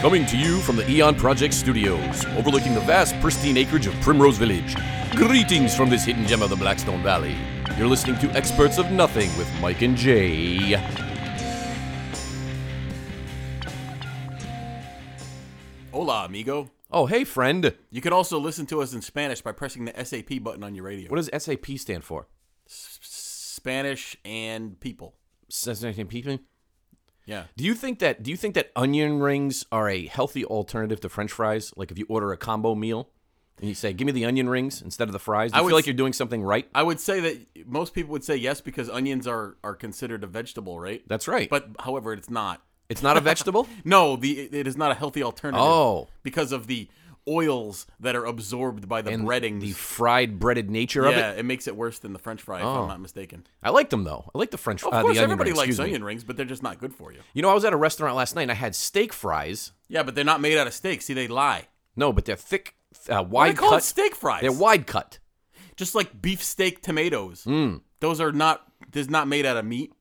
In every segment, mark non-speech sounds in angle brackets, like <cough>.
Coming to you from the Eon Project studios, overlooking the vast, pristine acreage of Primrose Village. Greetings from this hidden gem of the Blackstone Valley. You're listening to Experts of Nothing with Mike and Jay. Hola, amigo. Oh, hey, friend. You can also listen to us in Spanish by pressing the SAP button on your radio. What does SAP stand for? Spanish and people. Sensitive people? Yeah. Do you think that do you think that onion rings are a healthy alternative to French fries? Like if you order a combo meal and you say, "Give me the onion rings instead of the fries," do you would feel like s- you're doing something right? I would say that most people would say yes because onions are, are considered a vegetable, right? That's right. But however, it's not. it's not a <laughs> vegetable. No, the it is not a healthy alternative. Oh. Because of the oils that are absorbed by the breadings. the fried breaded nature of yeah, it. it makes it worse than the French fry, if I'm not mistaken. I like them though. I like the French. Of uh, course, the onion everybody rings, likes excuse me. onion rings, but they're just not good for you. You know, I was at a restaurant last night and I had steak fries. Yeah, but they're not made out of steak. See, they lie. No, but they're thick, uh, Why wide they call cut. it steak fries? They're wide cut. just like beefsteak tomatoes. Those are not this is not made out of meat.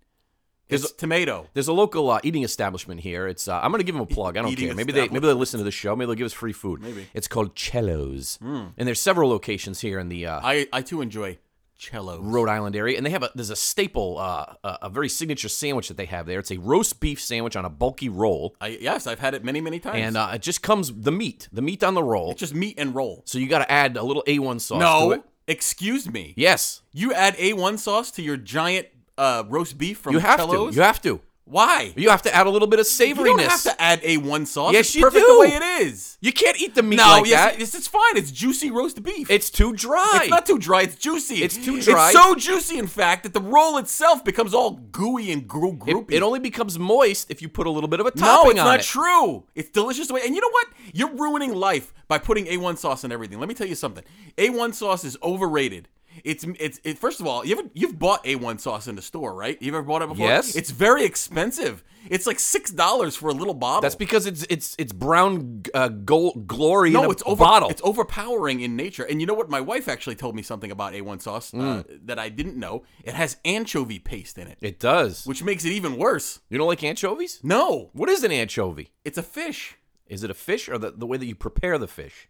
It's tomato. There's a local uh, eating establishment here. It's uh, I'm gonna give them a plug. I don't E-, eating care. Maybe they maybe they listen to the show. Maybe they'll give us free food. Maybe it's called Cello's, Hmm. and there's several locations here in the uh, I I too enjoy cello. Rhode Island area, and they have a there's a staple, uh, a, a very signature sandwich that they have there. It's a roast beef sandwich on a bulky roll, I, yes, I've had it many many times. and uh, it just comes the meat, the meat on the roll. it's just meat and roll. So you got to add a little A1 sauce. to No, it. excuse me. yes, You add A1 sauce to your giant uh, roast beef from you have Cello's? to. You have to. Why? You have to add a little bit of You savoriness. don't have to add A1 sauce. Yes, it's you perfect do. the way it is. You can't eat the meat No, like yes, that. yes, it's fine. It's juicy roast beef. it's too dry. It's not too dry. It's juicy. It's too dry. It's so juicy, in fact, that the roll itself becomes all gooey and gro- it, groupy. it only becomes moist if you put a little bit of a no, topping it's on not it. true. It's delicious the way. And you know what? You're ruining life by putting A1 sauce on everything. Let me tell you something. A1 sauce is overrated. It's it's it, first of all, you ever you've bought A1 sauce in the store, right? You've ever bought it before? Yes. It's very expensive. It's like six dollars for a little bottle. That's because it's it's it's brown uh, gold glory in no, a it's over, bottle. It's overpowering in nature. And you know what? My wife actually told me something about A1 sauce uh, Mm. that I didn't know. It has anchovy paste in it, it does. which makes it even worse. You don't like anchovies? No, What is an anchovy? it's a fish. Is it a fish or the, the way that you prepare the fish?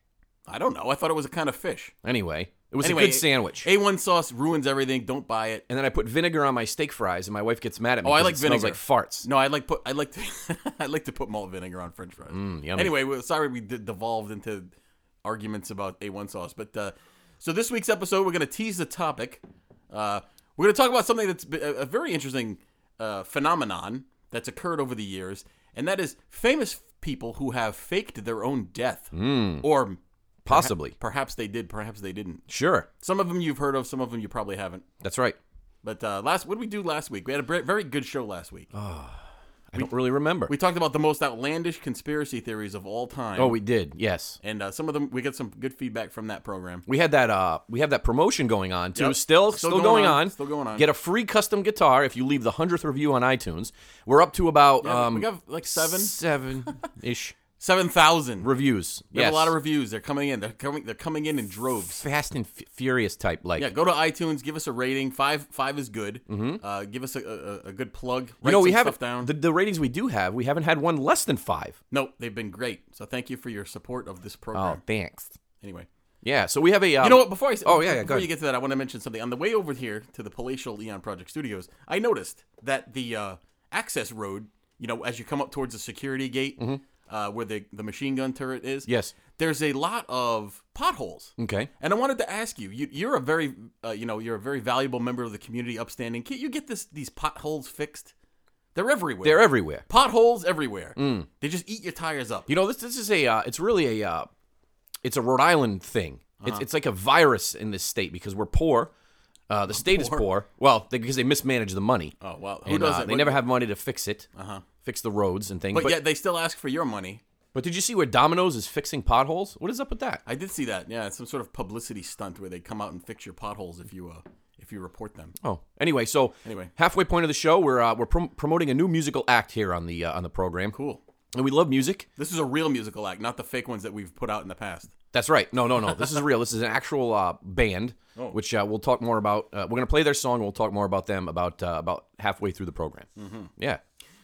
I don't know. I thought it was a kind of fish. Anyway, it was Anyway, a good sandwich. A1 sauce ruins everything. Don't buy it. and then I put vinegar on my steak fries, and my wife gets mad at me. Oh, I 'cause like it smells vinegar. like <laughs> farts. No, I like put I like to <laughs> I like to put malt vinegar on French fries. Mm, yummy. anyway, well, sorry we d- devolved into arguments about A1 sauce, but uh, so this week's episode we're going to tease the topic. Uh, we're going to talk about something that's be- a, a very interesting uh, phenomenon that's occurred over the years, and that is famous people who have faked their own death, Mm. or Possibly. perhaps they did, perhaps they didn't. Sure. Some of them you've heard of, some of them you probably haven't. That's right. But uh, last, what did we do last week? We had a br- very good show last week. Oh. I don't really remember. We talked about the most outlandish conspiracy theories of all time. oh, we did. Yes. and uh, some of them we got some good feedback from that program. We had that. Uh, we have that promotion going on too. Yep. Still, still, Still going, going on. on. Still going on. Get a free custom guitar if you leave the hundredth review on iTunes. We're up to about Yeah, um, we got like seven, seven ish seven thousand. <laughs> reviews. We have Yes. a lot of reviews. They're coming in. They're coming. They're coming in in droves. Fast and f- Furious type like. Yeah, go to iTunes. Give us a rating. Five, five is good. Uh, give us a, a, a good plug. Mm-hmm. you Write know, we some haven't stuff down. The, the ratings we do have. We haven't had one less than five. no, they've been great. So thank you for your support of this program. Oh, thanks. Anyway, Yeah. So we have a. Um, you know what? Before I s- oh, yeah, yeah, go before ahead. you get to that, I want to mention something. On the way over here to the Palatial Eon Project Studios, I noticed that the uh, access road, you know, as you come up towards the security gate uh, where the the machine gun turret is, Mm-hmm. Yes. Mm. there's a lot of potholes. Okay. And I wanted to ask you, you you're a very, uh, you know, you're a very valuable member of the community, upstanding. Can't you get this these potholes fixed? They're everywhere. They're everywhere. potholes everywhere. They just eat your tires up. You know, this this is a uh, it's really a uh, it's a Rhode Island thing. Uh-huh. It's it's like a virus in this state because we're poor. Uh, the state is poor. Well, they, because they mismanage the money. oh wow, who And, uh, doesn't? they But- never have money to fix it. Uh-huh. Fix the roads and things. But, but yet they still ask for your money. but did you see where Domino's is fixing potholes? What is up with that? I did see that. Yeah, it's some sort of publicity stunt where they come out and fix your potholes if you uh, if you report them. Oh, anyway, so Anyway. halfway point of the show, we're uh, we're prom- promoting a new musical act here on the uh, on the program, Cool. and we love music. This is a real musical act, not the fake ones that we've put out in the past. That's right. No, no, no. This is real. This is an actual uh, band, Oh. which uh, we'll talk more about. Uh, we're gonna play their song. We'll talk more about them about uh, about halfway through the program. Mm-hmm. Yeah.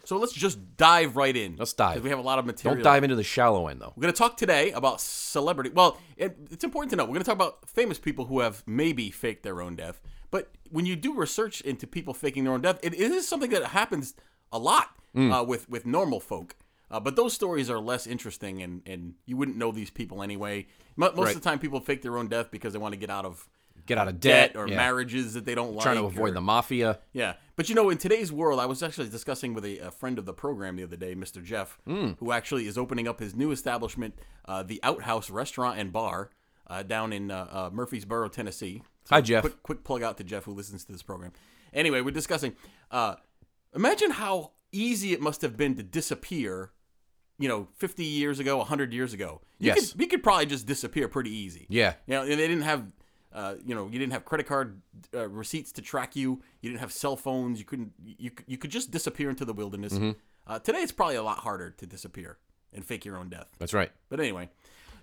So let's just dive right in. Let's dive. 'Cause We have a lot of material. Don't dive into the shallow end though. We're going to talk today about celebrity. Well, it, it's important to know. We're going to talk about famous people who have maybe faked their own death. But when you do research into people faking their own death, it is something that happens a lot Mm. uh, with with normal folk. Uh, but those stories are less interesting, and, and you wouldn't know these people anyway. Mo- Most Right. of the time, people fake their own death because they want to get out of Get out of debt debt or yeah. marriages that they don't like. Trying to avoid or- the mafia. yeah, but you know, in today's world, I was actually discussing with a, a friend of the program the other day, Mr. Jeff, Hmm. who actually is opening up his new establishment, uh, the Outhouse Restaurant and Bar, uh, down in uh, uh, Murfreesboro, Tennessee. So Hi, Jeff. Quick, quick plug out to Jeff who listens to this program. Anyway, we're discussing. Uh, imagine how easy it must have been to disappear. You know, 50 years ago, 100 years ago. You Yes. Could, you could probably just disappear pretty easy. Yeah. You know, and they didn't have, uh, you know, you didn't have credit card uh, receipts to track you. You didn't have cell phones. You couldn't. You c- you could just disappear into the wilderness. Uh, today, it's probably a lot harder to disappear and fake your own death. That's right. But anyway,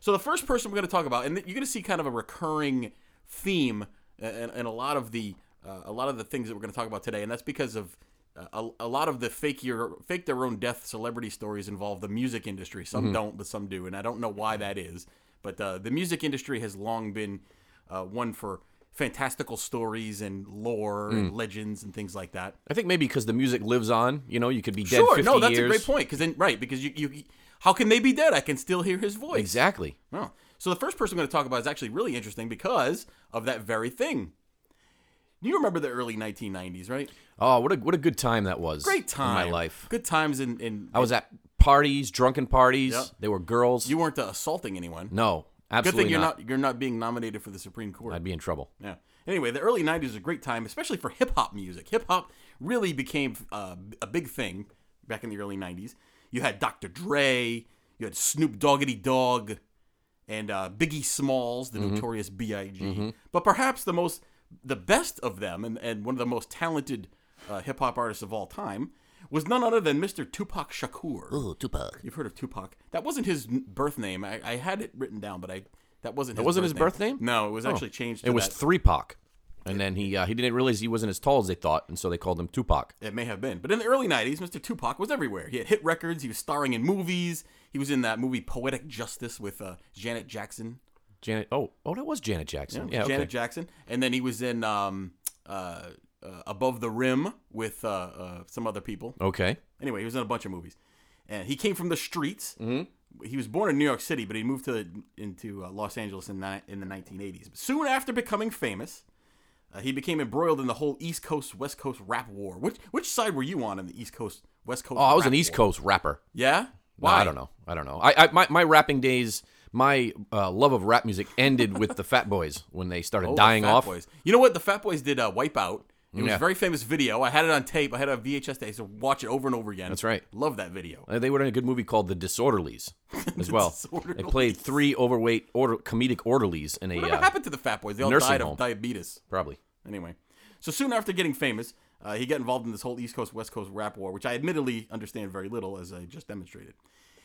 so the first person we're going to talk about, and you're going to see kind of a recurring theme and, and a lot of the uh, a lot of the things that we're going to talk about today, and that's because of uh, a, a lot of the fake your fake their own death celebrity stories involve the music industry. Mm-hmm. Some don't, but some do, and I don't know why that is. But uh, the music industry has long been uh, one for fantastical stories and lore and Mm. legends and things like that. I think maybe because the music lives on, you know, you could be dead Sure, 50 no, that's years. a great point. Because then, right? Because you, you, how can they be dead? I can still hear his voice. Exactly. Oh. So the first person I'm going to talk about is actually really interesting because of that very thing. You remember the early 1990s, right? Oh, what a what a good time that was. Great in time. my life. Good times in. in I was at parties, drunken parties. Yep. They were girls. you weren't uh, assaulting anyone. no, Good absolutely thing you're not. not. you're not being nominated for the Supreme Court. I'd be in trouble. Yeah. Anyway, the early 90s was a great time, especially for hip hop music. Hip hop really became uh, a big thing back in the early 90s. You had Dr. Dre, you had Snoop Doggity Dogg, and uh, Biggie Smalls, the Mm-hmm. notorious B.I.G. But perhaps the most, the best of them, and, and one of the most talented uh, hip hop artists of all time, was none other than Mr. Tupac Shakur. Oh, Tupac. You've heard of Tupac. That wasn't his n- birth name. I, I had it written down, but I that wasn't. That wasn't his birth name? Oh. No, it was actually changed. To It was that. three Pac, and then he uh, he didn't realize he wasn't as tall as they thought, and so they called him Tupac. It may have been. But in the early 90s, Mr. Tupac was everywhere. He had hit records, he was starring in movies. He was in that movie Poetic Justice with uh, Janet Jackson. Janet. Oh, oh, that was Janet Jackson. Yeah, Janet okay. Jackson. And then he was in um, uh, uh, Above the Rim with uh, uh, some other people. okay. Anyway, he was in a bunch of movies. And he came from the streets. Mm-hmm. He was born in New York City, but he moved to into uh, Los Angeles in, ni- in the 1980s. But soon after becoming famous, uh, he became embroiled in the whole East Coast West Coast rap war. Which which side were you on in the East Coast West Coast? Oh, I was rap an East war? Coast rapper. Yeah. No, I don't know. I don't know. I, I my, my rapping days, my uh, love of rap music ended with the Fat Boys when they started Oh, the dying Fat off. Boys. You know what? The Fat Boys did uh, Wipe Out. It was Yeah. a very famous video. I had it on tape. I had it on VHS. tape. I used to watch it over and over again. That's right. Love that video. Uh, They were in a good movie called The Disorderlies <laughs> as well. They Disorderlies. played three overweight order, comedic orderlies in a Whatever uh, happened to the Fat Boys? They all nursing died home. of diabetes. probably. Anyway, so soon after getting famous, uh, he got involved in this whole East Coast West Coast rap war, which I admittedly understand very little, as I just demonstrated.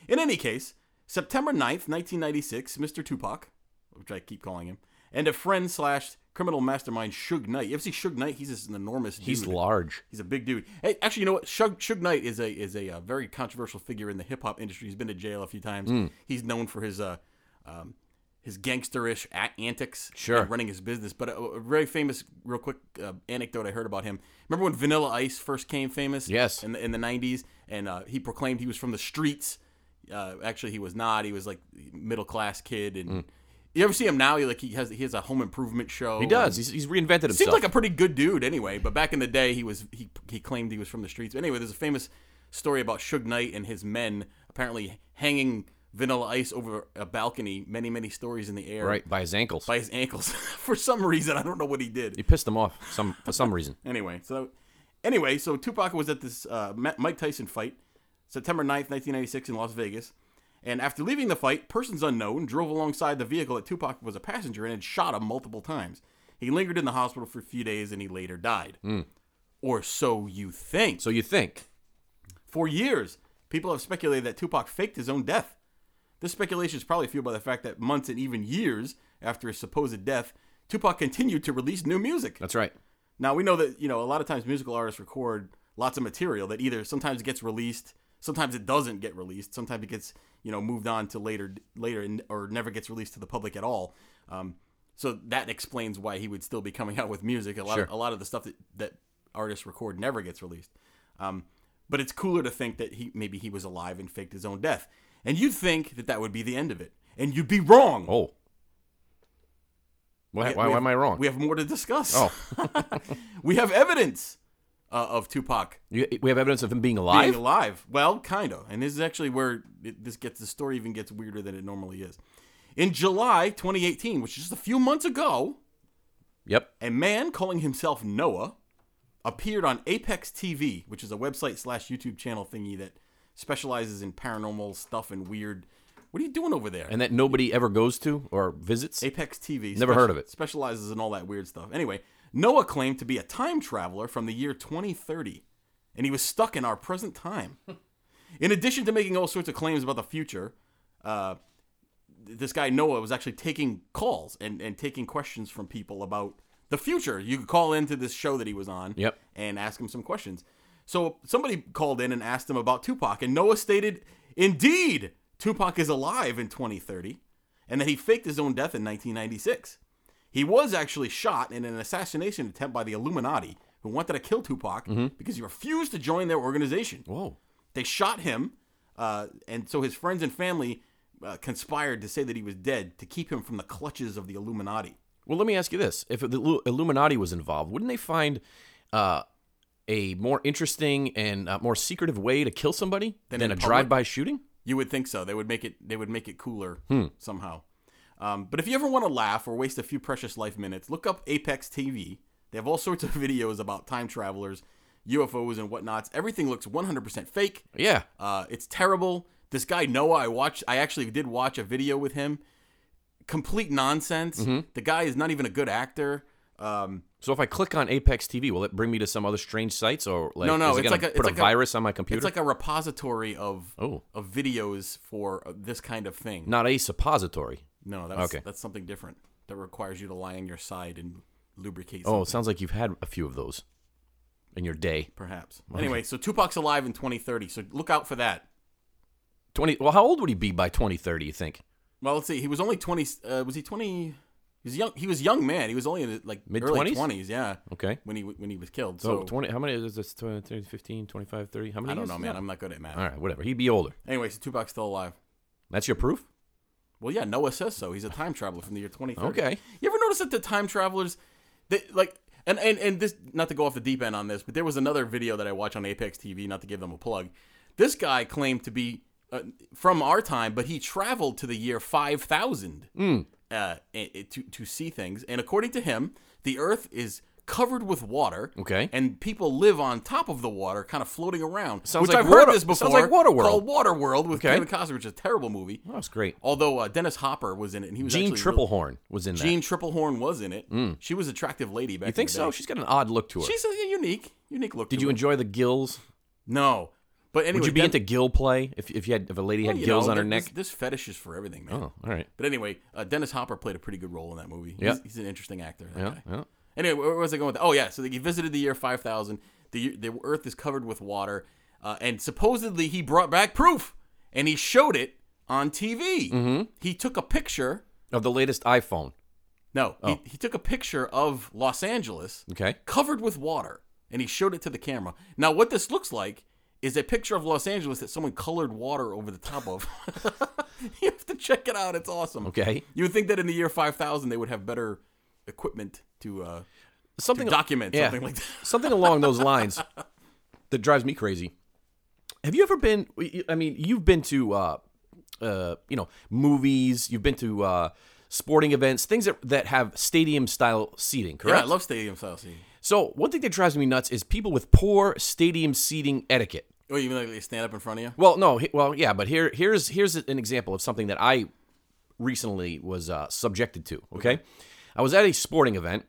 In any case, September 9th, 1996, Mr. Tupac, which I keep calling him, and a friend slash criminal mastermind, Suge Knight. You ever see Suge Knight? He's this enormous dude. He's large. He's a big dude. Hey, actually, you know what? Suge, Suge Knight is a is a uh, very controversial figure in the hip hop industry. He's been to jail a few times. Hmm. He's known for his uh, um, his gangsterish a- antics, Sure. and running his business. But a, a very famous, real quick uh, anecdote I heard about him. Remember when Vanilla Ice first came famous? Yes. in the in the '90s, and uh, he proclaimed he was from the streets. Uh, actually, he was not. He was like middle class kid. And Hmm. you ever see him now? He like he has he has a home improvement show. He does. He's, he's reinvented himself. Seems like a pretty good dude anyway, but back in the day he was he he claimed he was from the streets. Anyway, there's a famous story about Suge Knight and his men apparently hanging Vanilla Ice over a balcony many many stories in the air right by his ankles. by his ankles <laughs> for some reason. I don't know what he did. he pissed them off some for some reason. Anyway, so anyway, so Tupac was at this uh, Ma- Mike Tyson fight, September 9th, 1996 in Las Vegas. And after leaving the fight, persons unknown drove alongside the vehicle that Tupac was a passenger in and shot him multiple times. He lingered in the hospital for a few days and he later died. Or so you think. So you think? For years, people have speculated that Tupac faked his own death. This speculation is probably fueled by the fact that months and even years after his supposed death, Tupac continued to release new music. That's right. Now we know that you know a lot of times musical artists record lots of material that either sometimes gets released, sometimes it doesn't get released, sometimes it gets you know moved on to later later and or never gets released to the public at all. Um, so that explains why he would still be coming <laughs> out with music. A lot Sure. of, a lot of the stuff that, that artists record never gets released. Um, but it's cooler to think that he maybe he was alive and faked his own death. And you'd think that that would be the end of it, and you'd be wrong. Oh. Why, We- why, we why have- am I wrong? We have more to discuss. Oh. <laughs> we have evidence uh, of Tupac You, we have evidence of him being being alive? alive. Well, kind of. And this is actually where it, this gets the story even gets weirder than it normally is. In July 2018, which is just a few months ago, yep. a man calling himself Noah appeared on Apex TV, which is a website slash YouTube channel thingy that specializes in paranormal stuff and weird. What are you doing over there? And that nobody ever goes to or visits? Apex TV. Never heard of it. Specializes in all that weird stuff. Anyway, Noah claimed to be a time traveler from the year 2030, and he was stuck in our present time. in addition to making all sorts of claims about the future, uh, th- this guy Noah was actually taking calls and, and taking questions from people about the future. You could call into this show that he was on Yep. and ask him some questions. So somebody called in and asked him about Tupac, and Noah stated, "Indeed, Tupac is alive in 2030, and that he faked his own death in 1996. He was actually shot in an assassination attempt by the Illuminati, who wanted to kill Tupac because he refused to join their organization. Whoa. They shot him, uh, and so his friends and family uh, conspired to say that he was dead to keep him from the clutches of the Illuminati." Well, let me ask you this: If the Illu- Illuminati was involved, wouldn't they find uh, a more interesting and uh, more secretive way to kill somebody Than than, in a public? drive-by shooting? You would think so. They would make it. They would make it cooler somehow. Um, but if you ever want to laugh or waste a few precious life minutes, look up Apex TV. They have all <laughs> sorts of videos about time travelers, UFOs, and whatnots. Everything looks 100% fake. Yeah. Uh, it's terrible. This guy Noah, I watched. I actually did watch a video with him. Complete nonsense. The guy is not even a good actor. Um, So if I click on Apex TV, will it bring me to some other strange sites or like? No, no, Is it it's gonna like put a- it's like a- a virus on my computer. it's like a repository of Oh. of videos for uh, this kind of thing. Not a suppository. No, that's Okay. that's something different that requires you to lie on your side and lubricate. Oh, Oh, it sounds like you've had a few of those in your day. perhaps. Anyway, so Tupac's alive in 2030, so look out for that. Twenty. Well, how old would he be by twenty thirty? You think? Well, let's see. He was only 20. Uh, was he 20? He was young. He was a young man. He was only in his, like early Mid-twenties? Oh, 20s. Yeah, Okay. when he w- when he was killed. So So, 20, how many is this? 20, 30, 15, 25, 30? How many? I don't years know, is man. that? I'm not good at math. All right, whatever. He'd be older. Anyway, so Tupac's still alive. That's your proof. Well, yeah, Noah says so. He's a time traveler from the year 2030. Okay. You ever notice that the time travelers, they like, and and and this not to go off the deep end on this, but there was another video that I watched on Apex TV. Not to give them a plug, this guy claimed to be uh, from our time, but he traveled to the year 5000 Hmm. uh, i- i- to to see things. And according to him, the Earth is covered with water. Okay. And people live on top of the water, kind of floating around. Sounds which like I've heard Water- this before. sounds like Waterworld. Called Water World with Okay. Kevin Costner, which is a terrible movie. Oh, that's great. Although uh, Dennis Hopper was in it, and he was Gene actually really- Triplehorn was in that. Mm. Jean Triplehorn was in it. She was an attractive lady back. You think in the so? Day. She's got an odd look to her. She's a unique, unique look. Did to you her. enjoy the gills? No, but anyway, Would you be Den- into gill play if, if you had if a lady well, had you gills know, on her this- neck? This fetish is for everything, man. Oh, all right. But anyway, uh, Dennis Hopper played a pretty good role in that movie. He's, he's an interesting actor. that Yeah, guy. yeah. Anyway, where was I going with that? Oh yeah, so he visited the year five thousand. The the Earth is covered with water, uh, and supposedly he brought back proof, and he showed it on TV. Mm-hmm. He took a picture. Of the latest iPhone. No, Oh. he, he took a picture of Los Angeles. Okay. covered with water, and he showed it to the camera. Now, what this looks like is a picture of Los Angeles that someone colored water over the top of. <laughs> you have to check it out; it's awesome. Okay. You would think that in the year five thousand they would have better equipment to uh, Something document yeah. something <laughs> like that. <laughs> something along those lines that drives me crazy. Have you ever been? I mean, you've been to, uh, uh, you know, movies. You've been to uh, sporting events, things that that have stadium style seating. Yeah, Correct. I love stadium style seating. so one thing that drives me nuts is people with poor stadium seating etiquette. Or even Oh, like they stand up in front of you. Well, no, he- well, yeah, but here, here's here's an example of something that I recently was uh, subjected to. Okay? I was at a sporting event,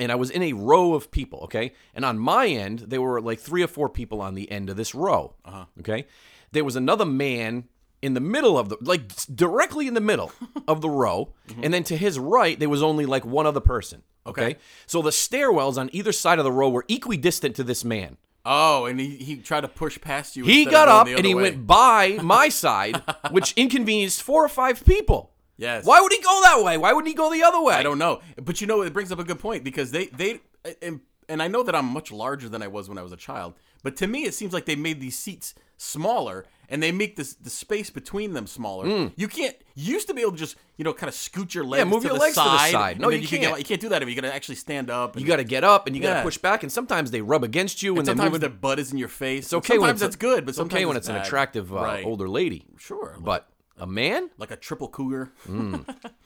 and I was in a row of people. Okay, and on my end, there were like three or four people on the end of this row. Uh-huh. Okay, there was another man in the middle of the like s- directly in the <laughs> middle of the row, and then to his right, there was only like one other person. Mm-hmm. Okay? Okay. so the stairwells on either side of the row were equidistant to this man. Oh, and he, he tried to push past you. He instead of got going up the and other he way. went by <laughs> my side, which inconvenienced four or five people. Yes. Why would he go that way? Why wouldn't he go the other way? I don't know, but you know it brings up a good point because they they and, and I know that I'm much larger than I was when I was a child, but to me it seems like they made these seats smaller and they make this the space between them smaller. You can't you used to be able to just you know kind of scoot your legs Hmm. move to your the legs to side. the side. and No, then you can can't. Get, you can't do that if you're gonna actually stand up. And You got to get up and you got Yeah. to push back, and sometimes they rub against you and they sometimes move. their butt is in your face. It's okay when sometimes it's a- that's good, but it's sometimes okay when it's an bad. attractive uh, Right. older lady. Sure, like, But a man? like a triple cougar.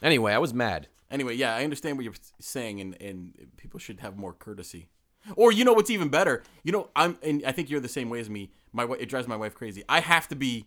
Anyway, I was mad. Anyway, yeah, I understand what you're saying, and and people should have more courtesy. Or you know what's even better? You know, I'm and I think you're the same way as me. My wi- it drives my wife crazy. I have to be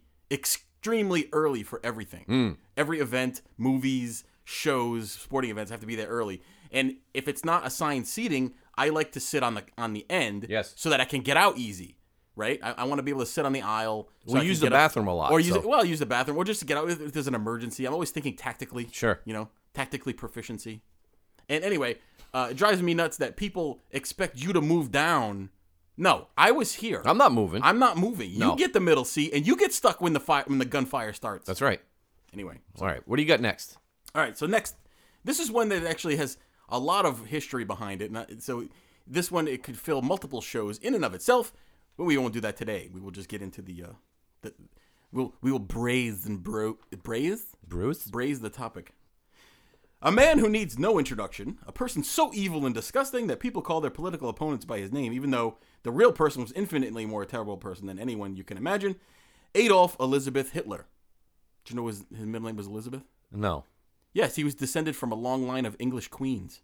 extremely early for everything. Hmm. Every event, movies, shows, sporting events I have to be there early. And if it's not assigned seating, I like to sit on the on the end. Yes. So that I can get out easy. Right. I, I want to be able to sit on the aisle. So We I can use the get up- bathroom a lot, Or use so- it, well, use the bathroom, or just to get out if if there's an emergency. I'm always thinking tactically. Sure. You know, tactically proficiency. And anyway, uh, it drives me nuts that people expect you to move down. No, I was here. I'm, I'm not moving. not moving. You No. get the middle seat, and you get stuck when the fire when the gunfire starts. That's right. anyway. All right. What do you got next? All right, so next, this is one that actually has a lot of history behind it. And I- so this one it could fill multiple shows in and of itself, but we won't do that today. We will just get into the uh, the we'll we will braise and bro braise Bruce? braise the topic. A man who needs no introduction, a person so evil and disgusting that people call their political opponents by his name, even though the real person was infinitely more terrible person than anyone you can imagine. Adolf Elizabeth Hitler. Do you know his, his middle name was Elizabeth? No. Yes, he was descended from a long line of English queens.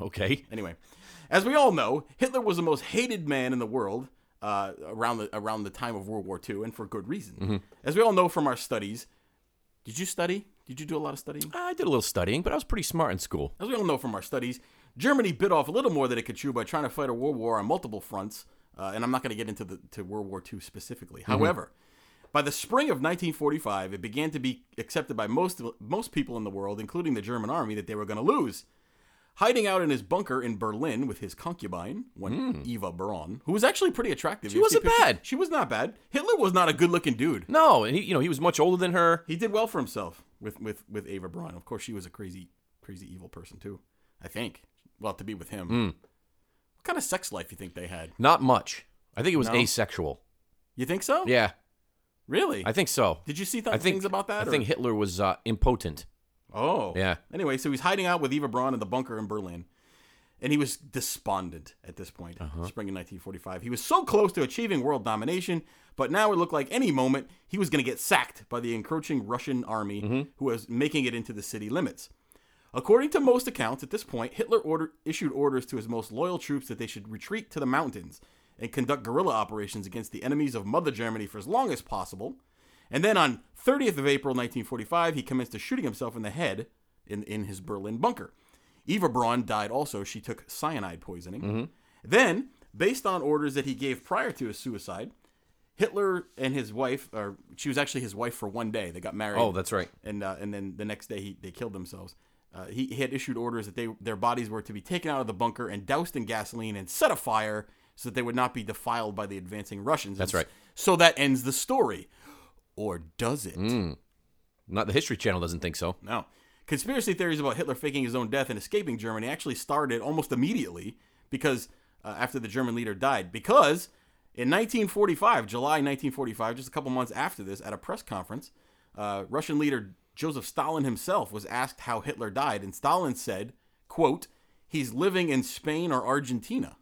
Okay. Anyway, as we all know, Hitler was the most hated man in the world uh, around the around the time of World War II, and for good reason. As we all know from our studies, did you study? Did you do a lot of studying? I did a little studying, but I was pretty smart in school. As we all know from our studies, Germany bit off a little more than it could chew by trying to fight a world war on multiple fronts, uh, and I'm not going to get into the to World War II specifically. Mm-hmm. However, by the spring of 1945, it began to be accepted by most most people in the world, including the German army, that they were going to lose. Hiding out in his bunker in Berlin with his concubine, one Eva Braun, who was actually pretty attractive. She Mm. wasn't bad. She was not bad. Hitler was not a good-looking dude. No, and he, you know, he was much older than her. He did well for himself with with with Ava Braun. Of course, she was a crazy, crazy evil person too. I think. Well, to be with him. Hmm. What kind of sex life you think they had? Not much. I think it was No? asexual. You think so? Yeah, Really? I think so. did you see th- I think things about that? I or- think Hitler was uh, impotent. Oh. Yeah. Anyway, so he's hiding out with Eva Braun in the bunker in Berlin. And he was despondent at this point, spring of 1945. He was so close to achieving world domination, but now it looked like any moment he was going to get sacked by the encroaching Russian army who was making it into the city limits. According to most accounts, at this point, Hitler order, issued orders to his most loyal troops that they should retreat to the mountains and conduct guerrilla operations against the enemies of Mother Germany for as long as possible. And then on 30th of April 1945, he commenced to shooting himself in the head in, in his Berlin bunker. Eva Braun died also. She took cyanide poisoning. Then, based on orders that he gave prior to his suicide, Hitler and his wife, or she was actually his wife for one day. They got married Oh, that's right. and uh, and then the next day he, they killed themselves. Uh, he, he had issued orders that they their bodies were to be taken out of the bunker and doused in gasoline and set afire so that they would not be defiled by the advancing Russians. That's right. So that ends the story, or does it? Not the History Channel doesn't think so. No. Conspiracy theories about Hitler faking his own death and escaping Germany actually started almost immediately because uh, after the German leader died. Because in 1945, July 1945, just a couple months after this, at a press conference, uh, Russian leader Joseph Stalin himself was asked how Hitler died, and Stalin said, "quote He's living in Spain or Argentina."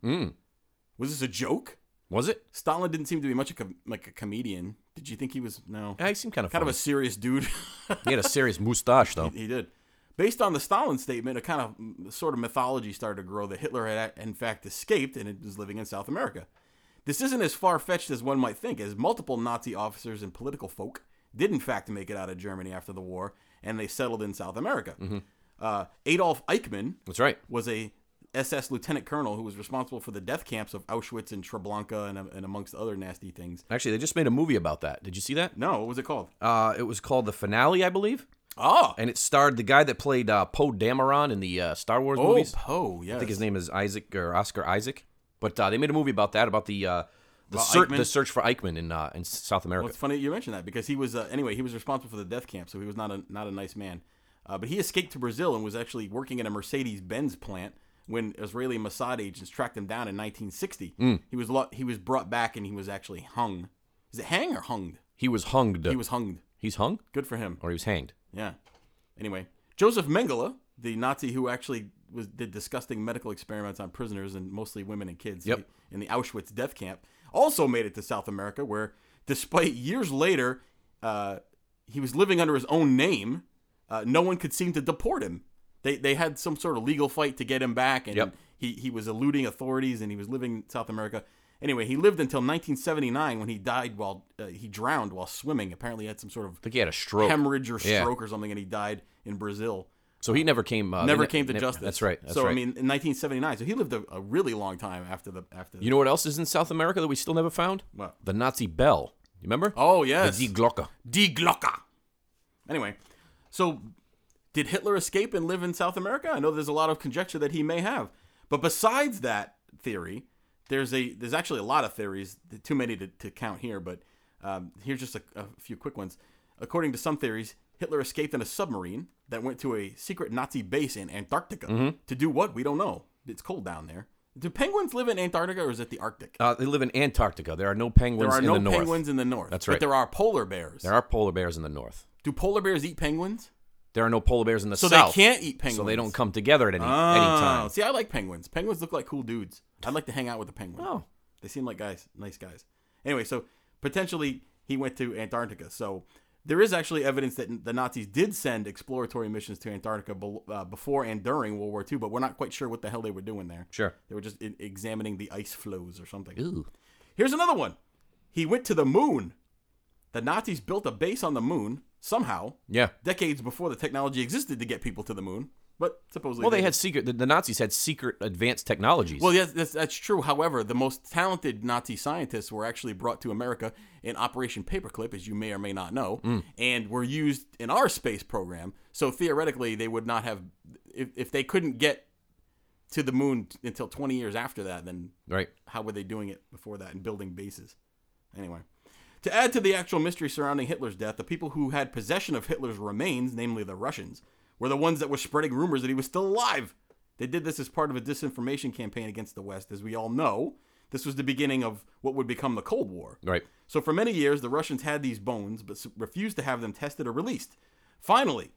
Was this a joke? Was it? Stalin didn't seem to be much of a com- like a comedian. Did you think he was? No, I seemed kind of kind of funny. a serious dude. <laughs> He had a serious mustache though. He did. Based on the Stalin statement, a kind of sort of mythology started to grow that Hitler had in fact escaped and was living in South America. This isn't as far fetched as one might think, as multiple Nazi officers and political folk did in fact make it out of Germany after the war, and they settled in South America. Mm-hmm. Uh, Adolf Eichmann That's right. was a SS lieutenant colonel who was responsible for the death camps of Auschwitz and Treblinka and, and amongst other nasty things. Actually, they just made a movie about that. Did you see that? No, what was it called? Uh, it was called The Finale, I believe, Oh, and it starred the guy that played uh, Poe Dameron in the uh, Star Wars oh, movies. I Poe. Yes. think his name is Isaac or Oscar Isaac. But uh, they made a movie about that, about the uh, the, About search, Eichmann? the search for Eichmann in uh, in South America. Well, it's funny you mentioned that because he was uh, anyway he was responsible for the death camp, so he was not a not a nice man. Uh, but he escaped to Brazil and was actually working in a Mercedes Benz plant when Israeli Mossad agents tracked him down in 1960. He was lo- he was brought back and he was actually hung. Is it hang or hunged? he was hunged. He was hunged. He's hung, Good for him. or he was hanged. Yeah. Anyway, Joseph Mengele, the Nazi who actually was did disgusting medical experiments on prisoners and mostly women and kids Yep. in the Auschwitz death camp, also made it to South America, where despite years later, uh, he was living under his own name. Uh, no one could seem to deport him. They they had some sort of legal fight to get him back, and Yep. he he was eluding authorities, and he was living in South America. Anyway, he lived until 1979 when he died while uh, he drowned while swimming. Apparently, had some sort of I think he had a stroke, hemorrhage or Yeah. stroke or something, and he died in Brazil. so he never came. Uh, Never they ne- came to ne- justice. That's right. That's so right. I mean, in 1979, so he lived a, a really long time after the after. you know what else is in South America that we still never found? What? The Nazi bell. You remember? oh the yes, Die Glocke. Die Glocke. Anyway, so did Hitler escape and live in South America? I know there's a lot of conjecture that he may have, but besides that theory, there's a there's actually a lot of theories. Too many to, to count here, but um, here's just a, a few quick ones. According to some theories, Hitler escaped in a submarine that went to a secret Nazi base in Antarctica Mm-hmm. to do what? We don't know. It's cold down there. Do penguins live in Antarctica or is it the Arctic? Uh, they live in Antarctica. There are no penguins there are in no the north. penguins in the north. That's but right. there are polar bears. There are polar bears in the north. Do polar bears eat penguins? There are no polar bears in the So south. they can't eat penguins. So they don't come together at any, Oh, any time. See, I like penguins. Penguins look like cool dudes. I'd like to hang out with a penguin. Oh. They seem like guys, nice guys. Anyway, so potentially he went to Antarctica. So there is actually evidence that the Nazis did send exploratory missions to Antarctica bel uh, before and during World War II, but we're not quite sure what the hell they were doing there. Sure. They were just e- examining the ice flows or something. Ooh. Here's another one. He went to the moon. The Nazis built a base on the moon somehow Yeah. decades before the technology existed to get people to the moon. But supposedly, Well, they had secret. The, the Nazis had secret advanced technologies. Well, yes, that's, that's true. However, the most talented Nazi scientists were actually brought to America in Operation Paperclip, as you may or may not know, Mm. and were used in our space program. So theoretically, they would not have, if, if they couldn't get to the moon t- until 20 years after that, then right. how were they doing it before that and building bases? Anyway, to add to the actual mystery surrounding Hitler's death, the people who had possession of Hitler's remains, namely the Russians, were the ones that were spreading rumors that he was still alive. They did this as part of a disinformation campaign against the West. As we all know, this was the beginning of what would become the Cold War. Right. So for many years, the Russians had these bones, but s- refused to have them tested or released. Finally,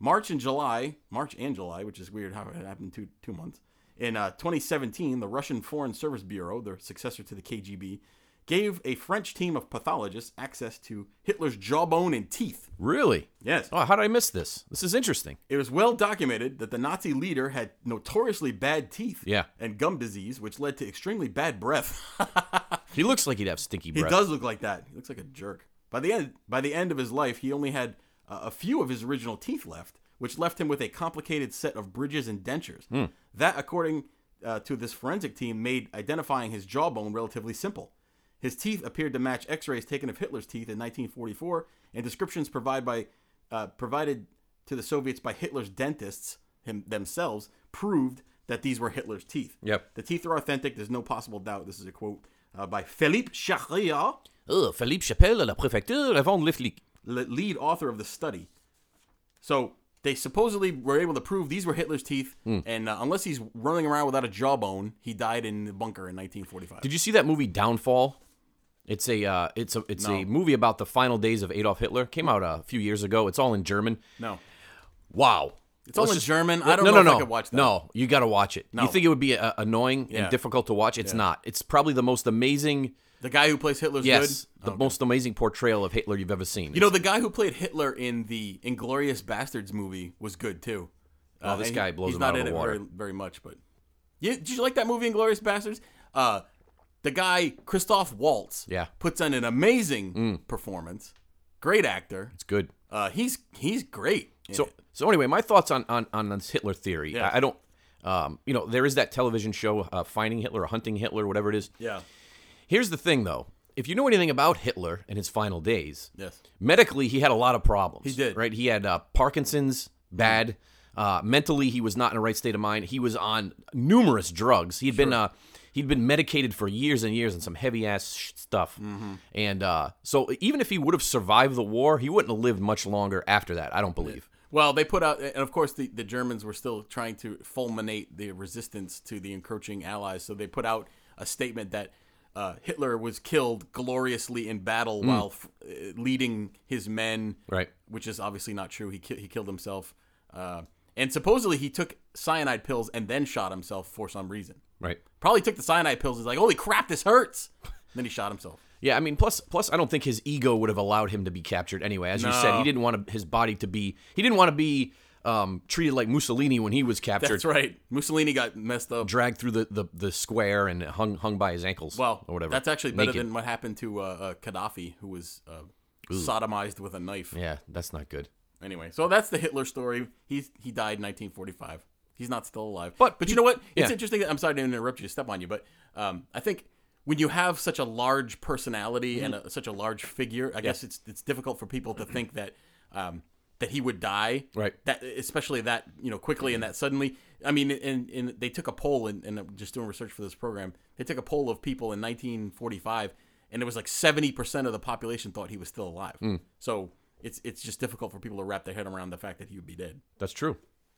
March and July, March and July, which is weird how it happened two two months. In uh, 2017, the Russian Foreign Service Bureau, the successor to the KGB, gave a French team of pathologists access to Hitler's jawbone and teeth. Really? Yes. Oh, how did I miss this? This is interesting. It was well documented that the Nazi leader had notoriously bad teeth Yeah. and gum disease, which led to extremely bad breath. <laughs> He looks like he'd have stinky He breath. does look like that. He looks like a jerk. By the end, by the end of his life, he only had uh, a few of his original teeth left, which left him with a complicated set of bridges and dentures. That, according uh, to this forensic team, made identifying his jawbone relatively simple. His teeth appeared to match X-rays taken of Hitler's teeth in 1944, and descriptions provided by uh, provided to the Soviets by Hitler's dentists him, themselves proved that these were Hitler's teeth. Yep. The teeth are authentic. There's no possible doubt. This is a quote uh, by Philippe Charrier, Oh, Philippe Chapelle à la préfecture avant le flic. le- lead author of the study. So they supposedly were able to prove these were Hitler's teeth, Hmm. and uh, unless he's running around without a jawbone, he died in the bunker in 1945. Did you see that movie Downfall? It's a uh, it's a it's a movie about the final days of Adolf Hitler. Came out a few years ago. It's all in German. no. Wow. It's all Let's in German. I don't no, know no, if no. I could watch that. No, you got to watch it. You think it would be uh, annoying Yeah. and difficult to watch? It's not. It's probably the most amazing. The guy who plays Hitler's Yes, good. the most amazing portrayal of Hitler you've ever seen. You know, the guy who played Hitler in the Inglorious Bastards movie was good too. Oh, this guy blows him out of the water. Very, very much, but yeah, did you like that movie, Inglorious Bastards? Uh, the guy Christoph Waltz, Yeah. Mm. puts on an amazing performance. Great actor. it's good. Uh, he's he's great. So so anyway, my thoughts on on on this Hitler theory. Yeah. I, I don't. Um, you know, there is that television show, uh, Finding Hitler or Hunting Hitler, whatever it is. yeah, Here's the thing, though. If you know anything about Hitler and his final days, yes, medically he had a lot of problems. He did. right? He had uh, Parkinson's, bad. Uh, mentally, he was not in the right state of mind. He was on numerous drugs. He had been uh, He'd been medicated for years and years and some heavy ass sh- stuff. And uh, so even if he would have survived the war, he wouldn't have lived much longer after that. I don't believe. Well, they put out, and of course, the, the Germans were still trying to fulminate the resistance to the encroaching allies. So they put out a statement that uh, Hitler was killed gloriously in battle while f- uh, leading his men, Right. Which is obviously not true. He ki- he killed himself, uh, and supposedly he took cyanide pills and then shot himself for some reason. Right. Probably took the cyanide pills. He's like, "Holy crap, this hurts!" <laughs> And then he shot himself. Yeah, I mean, plus, plus, I don't think his ego would have allowed him to be captured anyway. As you said, he didn't want his body to be. He didn't want to be um, treated like Mussolini when he was captured, That's right. Mussolini got messed up. dragged through the, the, the square and hung hung by his ankles. Well, or whatever. That's actually better Naked. than what happened to uh, uh, Gaddafi, who was uh, sodomized with a knife. yeah, that's not good. Anyway, so that's the Hitler story. He's he died in 1945. He's not still alive. But but he- you know what? It's yeah. interesting. That, I'm sorry to interrupt you, to step on you, but um, I think when you have such a large personality Mm-hmm. and a, such a large figure, I guess it's it's difficult for people to think that um, that he would die. Right. That especially that you know quickly and that suddenly. I mean, and, and they took a poll and, and I'm just doing research for this program. They took a poll of people in 1945, and it was like 70 percent of the population thought he was still alive. So it's it's just difficult for people to wrap their head around the fact that he would be dead. That's true.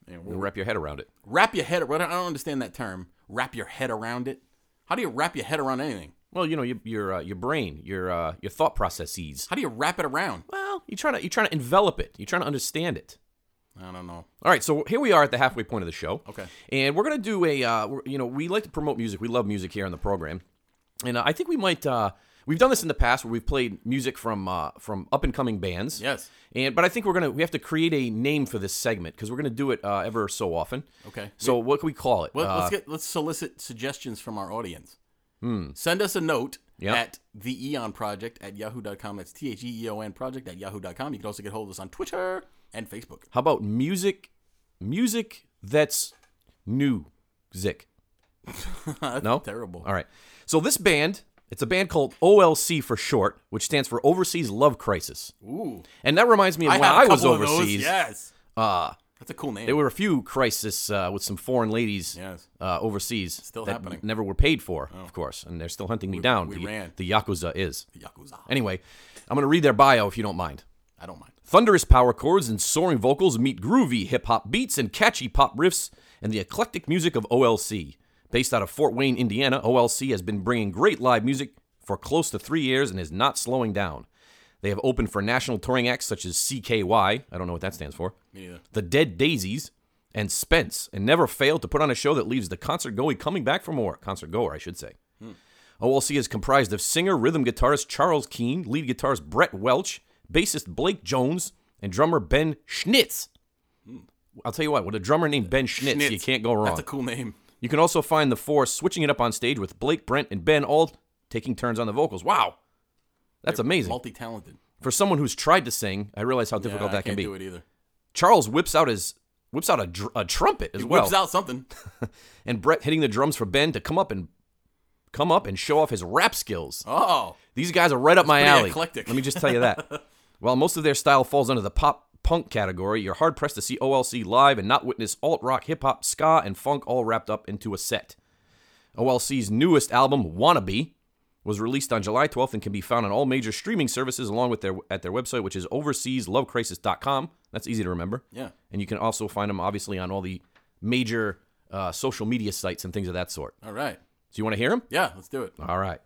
Yeah, You wrap your head around it. Wrap your head. around I don't understand that term. Wrap your head around it. How do you wrap your head around anything? Well, you know your your uh, your brain, your uh, your thought processes. How do you wrap it around? Well, you trying to you trying to envelop it. You're trying to understand it. I don't know. All right, so here we are at the halfway point of the show. Okay. and we're gonna do a uh, we're- you know we like to promote music. We love music here on the program, and uh, I think we might uh, we've done this in the past where we've played music from uh, from up and coming bands. Yes. And but I think we're gonna we have to create a name for this segment because we're gonna do it uh, ever so often. Okay. So what can we call it? Let, Uh, Hmm. let's get let's solicit suggestions from our audience. Send us a note Yep. at the Eon Project at yahoo.com. That's T H E E O N Project at yahoo.com. You can also get hold of us on Twitter and Facebook. <laughs> how about music? Music that's new, Zick. That's No? terrible. All right. So this band, it's a band called OLC for short, which stands for Overseas Love Crisis. Ooh, And that reminds me of when have a I was couple of those. overseas. Yes, uh, that's a cool name. there were a few crises uh, with some foreign ladies Yes. uh, overseas Still that happening. Oh. never were paid for, of course, and they're still hunting me down. we the, ran. the Yakuza is. Yakuza. Anyway, I'm going to read their bio if you don't mind. I don't mind. Thunderous power chords and soaring vocals meet groovy hip hop beats and catchy pop riffs and the eclectic music of OLC. Based out of Fort Wayne, Indiana, OLC has been bringing great live music for close to three years and is not slowing down. They have opened for national touring acts such as CKY, I don't know what that stands for, Me neither. The Dead Daisies, and Spence, and never fail to put on a show that leaves the concert goer coming back for more. Concert goer, I should say. Hmm. OLC is comprised of singer, rhythm guitarist Charles Keane, lead guitarist Brett Welch, bassist Blake Jones, and drummer Ben Schnitz. I'll tell you what, with a drummer named Ben Schnitz, you Hmm. Schnitz. can't go wrong. That's a cool name. you can also find the four switching it up on stage with Blake, Brent, and Ben all taking turns on the vocals. Wow. That's amazing. Multi-talented. For someone who's tried to sing, I realize how difficult Yeah, I that can can't be. do it either. Charles whips out his whips out a, dr- a trumpet as well. Whips out something. and Brett hitting the drums for Ben to come up and come up and show off his rap skills. Oh, These guys are right up my pretty alley. eclectic. Let me just tell you <laughs> that. While most of their style falls under the pop punk category, you're hard pressed to see OLC live and not witness alt rock, hip hop, ska, and funk all wrapped up into a set. OLC's newest album, Wannabe, was released on July 12th and can be found on all major streaming services along with their at their website, which is overseaslovecrisis.com. That's easy to remember. yeah. And you can also find them obviously on all the major uh, social media sites and things of that sort. All right. So you want to hear them? Yeah, let's do it. All right.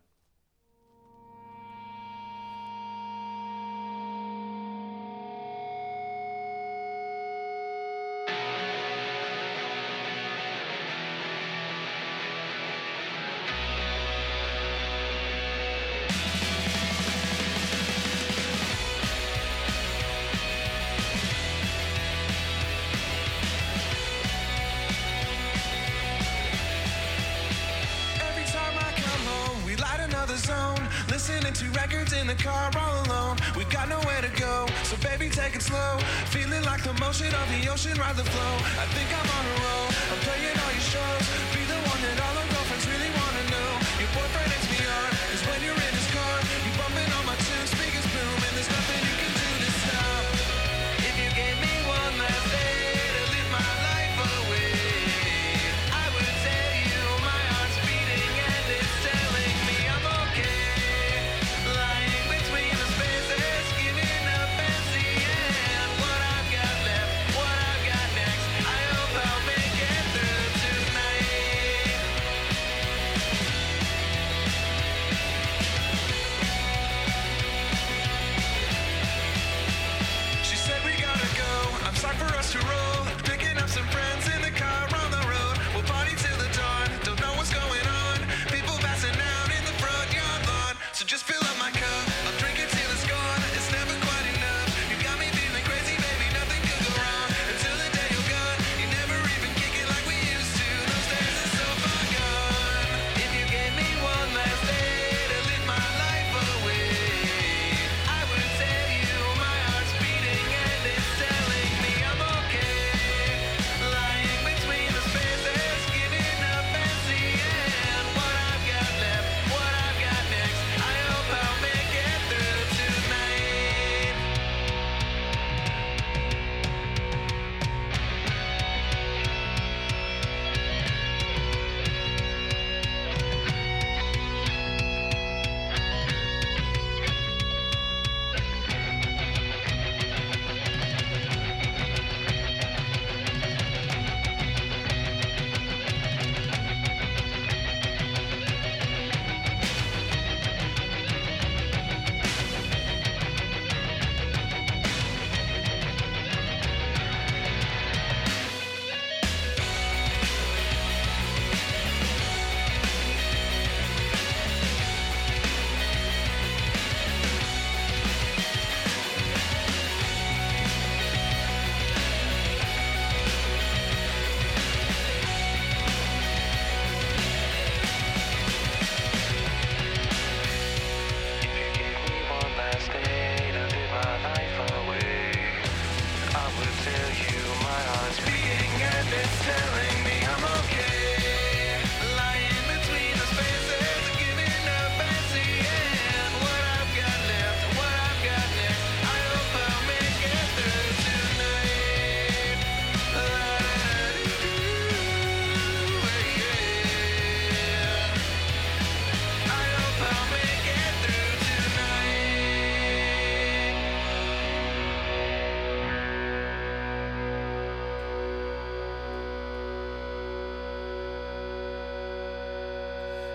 Every time I come home, we light another zone. Listening to records in the car all alone. We got nowhere to go, so baby, take it slow. Feeling like the motion of the ocean, ride the flow. I think I'm on a roll. I'm playing all your shows. Be the one that all our girlfriends really wanna know. Your boyfriend is me on, 'cause when you're in his car, you bumping on my tunes, speakers boom, and there's nothing you can do to stop. If you gave me one last day to live my life away, I would tell you my heart's beating and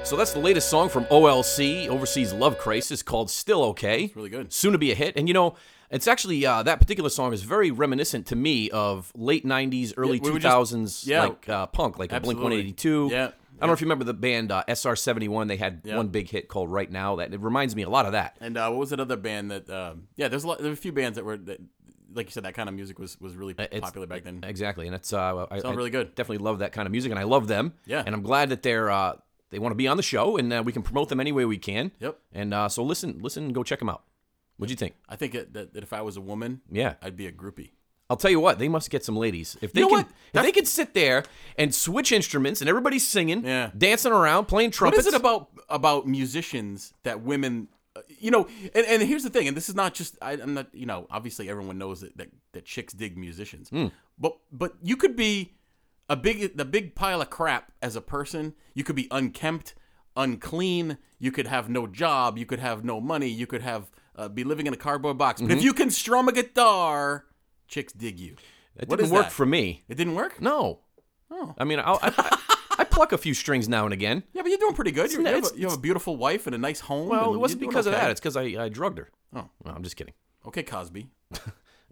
So that's the latest song from OLC, Overseas Love Crisis, called Still Okay. It's really good. Soon to be a hit. And you know, it's actually, uh, that particular song is very reminiscent to me of late 90s, early Yeah, we were just- 2000s, yeah. like uh, punk, like a Blink Absolutely. 182. Yeah. I don't know if you remember the band uh, SR71. They had one big hit called Right Now. That It reminds me a lot of that. And uh, what was that other band that? Um, yeah, there's a lot. There's a few bands that were, that, like you said, that kind of music was was really Uh, it's- popular back then. Exactly, and it's uh, I, all I really good. Definitely love that kind of music, and I love them. Yeah. and I'm glad that they're uh, they want to be on the show, and uh, we can promote them any way we can. Yep. And uh, so listen, listen, and go check them out. What'd you think? I think it, that, that if I was a woman, Yeah. I'd be a groupie. I'll tell you what, they must get some ladies if they know can. what? If they can sit there and switch instruments, and everybody's singing, Yeah. dancing around, playing What trumpets. is it about about musicians that women, uh, you know? And, and here's the thing, and this is not just I, I'm not you know obviously everyone knows that that, that chicks dig musicians, Hmm. but but you could be a big the big pile of crap as a person. You could be unkempt, unclean. You could have no job. You could have no money. You could have uh, be living in a cardboard box. Mm-hmm. But if you can strum a guitar, chicks dig you. It What didn't is work that? Oh. for me. It didn't work. No. I mean, I'll, I, I, <laughs> I pluck a few strings now and again. Yeah, but you're doing pretty good. You're, not- you, have it's- a, you have a beautiful wife and a nice home. and Well, it you're wasn't doing because of Oh, okay. that. It's because I, I drugged her. Oh. no, I'm just kidding. Okay, Cosby.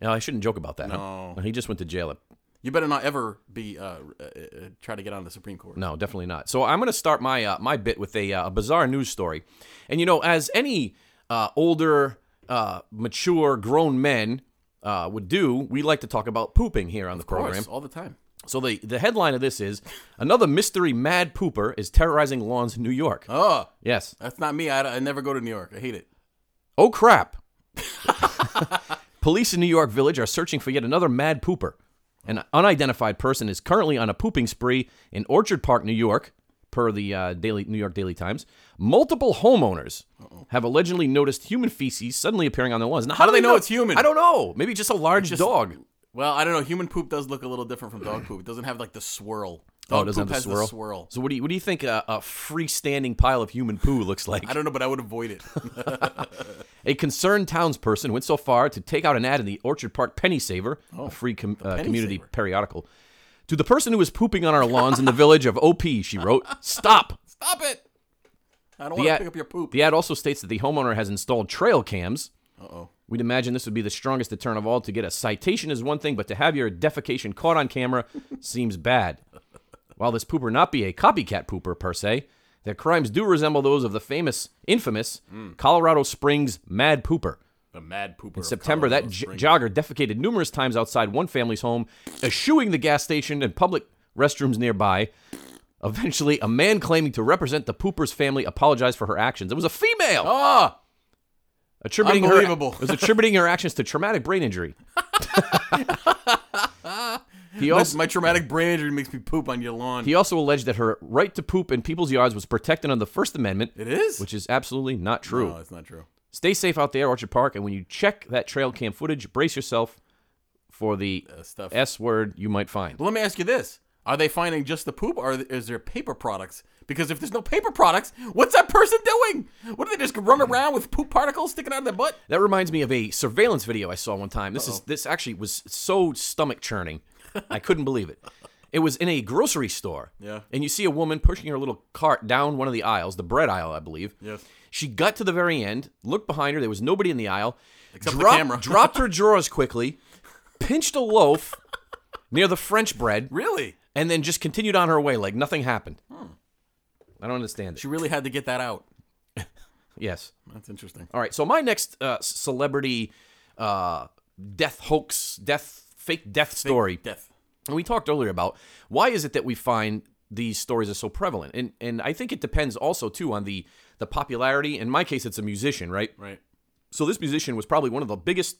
No, I shouldn't joke about that. No. He just went to jail. You better not ever be uh, uh, uh, try to get on the Supreme Court. No, definitely not. So I'm going to start my uh, my bit with a, uh, a bizarre news story, and you know, as any uh, older, uh, mature, grown men uh, would do, we like to talk about pooping here on the Of course, program. all the time. So the the headline of this is another mystery mad pooper is terrorizing lawns in New York. Oh, Yes. that's not me. I, I never go to New York. I hate it. Oh crap! <laughs> Police in New York Village are searching for yet another mad pooper. An unidentified person is currently on a pooping spree in Orchard Park, New York, per the uh, Daily New York Daily Times. Multiple homeowners have allegedly noticed human feces suddenly appearing on their lawns. Now, how, do they we know it's human? I don't know. Maybe just a large Just- dog. Well, I don't know. Human poop does look a little different from dog poop. It doesn't have like the swirl. Oh, Dog it doesn't have poop the has swirl. the swirl. So, what do you what do you think a, a freestanding pile of human poo looks like? I don't know, but I would <laughs> avoid it. A concerned townsperson went so far to take out an ad in the Orchard Park Penny Saver, a free com- uh, community Oh, Saver. periodical. To the person who is pooping on our lawns in the village of OP, she wrote, Stop! Stop it. I don't The want to ad- pick up your poop. The ad also states that the homeowner has installed trail cams. Uh-oh. We'd imagine this would be the strongest deterrent of all. To get a citation is one thing, but to have your defecation caught on camera seems bad. While this pooper not be a copycat pooper per se, their crimes do resemble those of the famous, infamous Hmm. Colorado Springs mad pooper. the mad pooper. In September, that j- jogger defecated numerous times outside one family's home, eschewing the gas station and public restrooms nearby. Eventually, a man claiming to represent the pooper's family apologized for her actions. It was a female. Ah, attributing unbelievable. Her, it was attributing her actions to traumatic brain <laughs> injury. he my, also my traumatic brain injury makes me poop on your lawn. he also alleged that her right to poop in people's yards was protected under the First Amendment, it is. which is absolutely not true. no, it's not true. Stay safe out there, Orchard Park, and when you check that trail cam footage, brace yourself for the stuff. S word you might find. Well, let me ask you this: Are they finding just the poop, or is there paper products? Because if there's no paper products, what's that person doing? What do they just run around with poop particles sticking out of their butt? That reminds me of a surveillance video I saw one time. This is this actually was so stomach churning, I couldn't believe it. It was in a grocery store. Yeah. And you see a woman pushing her little cart down one of the aisles, the bread aisle, I believe. Yes. She got to the very end, looked behind her. There was nobody in the aisle. Except the dropped- camera. dropped her drawers quickly, pinched a <laughs> loaf near the French bread. Really? and then just continued on her way like nothing happened. I don't understand it. She really had to get that out. Yes. That's interesting. All right. So my next uh, celebrity uh, death hoax, death fake death story. Death. And we talked earlier about why is it that we find these stories are so prevalent, and and I think it depends also too on the the popularity. In my case, it's a musician, right? Right. So this musician was probably one of the biggest,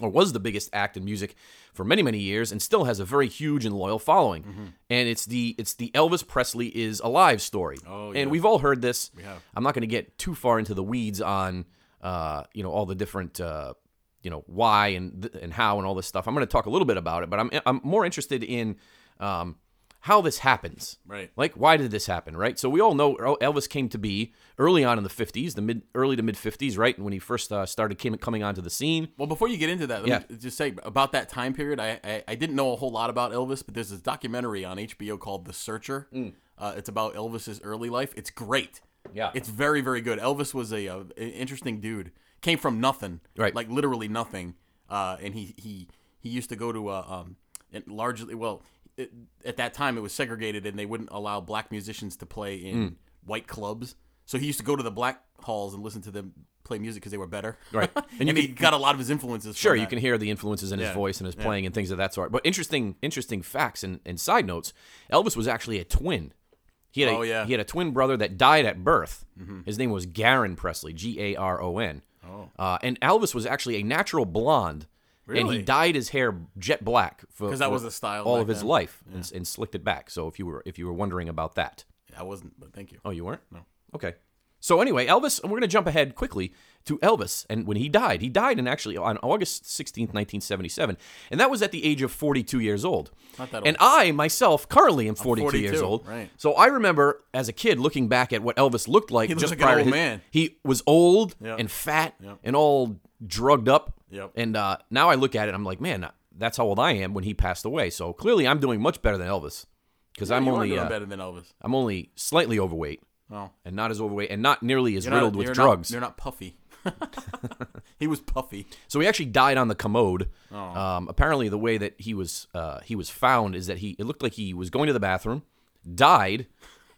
or was the biggest act in music for many many years, and still has a very huge and loyal following. And it's the it's the Elvis Presley is alive story. Oh, yeah. And we've all heard this. We have. I'm not going to get too far into the weeds on, uh, you know, all the different. Uh, you know why and th- and how and all this stuff. I'm going to talk a little bit about it, but I'm I'm more interested in um, how this happens. Right. Like, why did this happen, right? So we all know El- Elvis came to be early on in the 50s, the mid early to mid 50s, right? When he first uh, started came, coming onto the scene. Well, before you get into that, let Yeah. me just say about that time period. I, I I didn't know a whole lot about Elvis, but there's this documentary on HBO called The Searcher. Uh, it's about Elvis's early life. It's great. Mm. Yeah. It's very, very good. Elvis was a, uh, an interesting dude. Came from nothing, Right. Like literally nothing. Uh, and he he he used to go to uh, um, and largely well, it, at that time it was segregated, and they wouldn't allow black musicians to play Mm. in white clubs. So he used to go to the black halls and listen to them play music because they were better. <laughs> Right. And and you he can- got a lot of his influences. Sure, from you that. can hear the influences in his Yeah. voice and his playing and things of that sort. But interesting, interesting facts and, and side notes. Elvis was actually a twin. He had a, Oh, yeah. Mm-hmm. he had a twin brother that died at birth. His name was Garon Presley, G A R O N. Oh. Uh, and Elvis was actually a natural blonde, and he Really? dyed his hair jet black because 'Cause that was the style all back of his then. life, and, and slicked it back. So if you were if you were wondering about that, I wasn't, but thank you. Oh, you weren't? No. Okay. So anyway, Elvis, and we're going to jump ahead quickly to Elvis and when he died. He died in actually on August 16th, 1977, and that was at the age of 42 years old. Not that And I myself currently am 42, 42, years old. right. So I remember as a kid looking back at what Elvis looked like He looked just like an prior to old his- man. He was old Yep. and fat Yep. and all drugged up. Yep. And uh, now I look at it, I'm like, man, that's how old I am when he passed away. So clearly, I'm doing much better than Elvis because I'm Oh, you are only doing uh, better than Elvis. I'm only slightly overweight Oh. and not as overweight and not nearly as You're not- riddled with you're not- drugs. you're not puffy. <laughs> he was puffy. so he actually died on the commode. Oh. Um, apparently, the way that he was uh, he was found is that he it looked like he was going to the bathroom, died,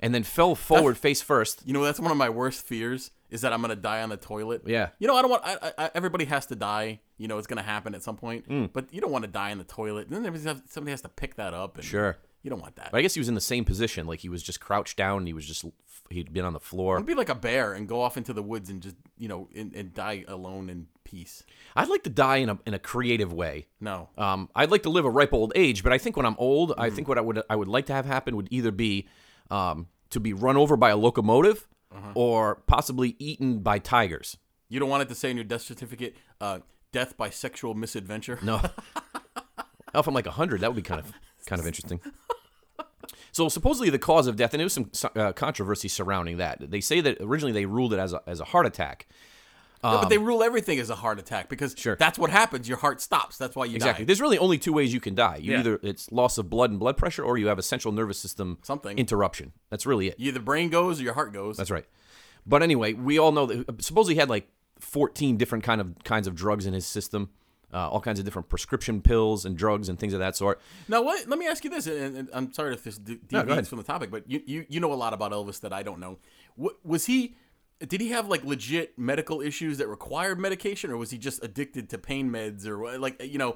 and then fell <laughs> forward face first. You know, that's one of my worst fears is that I'm gonna die on the toilet. Yeah. You know, I don't want. I, I, everybody has to die. You know, it's gonna happen at some point. Mm. But you don't want to die in the toilet. Then there's- somebody has to pick that up. And Sure. You don't want that. But I guess he was in the same position, like he was just crouched down and he was just he'd been on the floor. I'd be like a bear and go off into the woods and just you know and, and die alone in peace. I'd like to die in a in a creative way. No. Um, I'd like to live a ripe old age, but I think when I'm old, Mm-hmm. I think what I would I would like to have happen would either be um, to be run over by a locomotive Uh-huh. or possibly eaten by tigers. you don't want it to say in your death certificate, uh, "Death by sexual <laughs> misadventure." No. Hell, if I'm like 100, that would be kind of kind of interesting. <laughs> So supposedly the cause of death, and there was some uh, controversy surrounding that. They say that originally they ruled it as a, as a heart attack. No, but they rule everything as a heart attack because Um, Sure. that's what happens. Your heart stops. That's why you Exactly. die. There's really only two ways you can die. You Yeah. either it's loss of blood and blood pressure, or you have a central nervous system Something. interruption. That's really it. Either brain goes or your heart goes. That's right. But anyway, we all know that. Suppose he had like 14 different kind of kinds of drugs in his system, uh, all kinds of different prescription pills and drugs and things of that sort. Now, what? Let me ask you this, and, and I'm sorry if this de- No, go deviates ahead. from the topic, but you, you you know a lot about Elvis that I don't know. What, was he? Did he have like legit medical issues that required medication, or was he just addicted to pain meds, or what- like you know,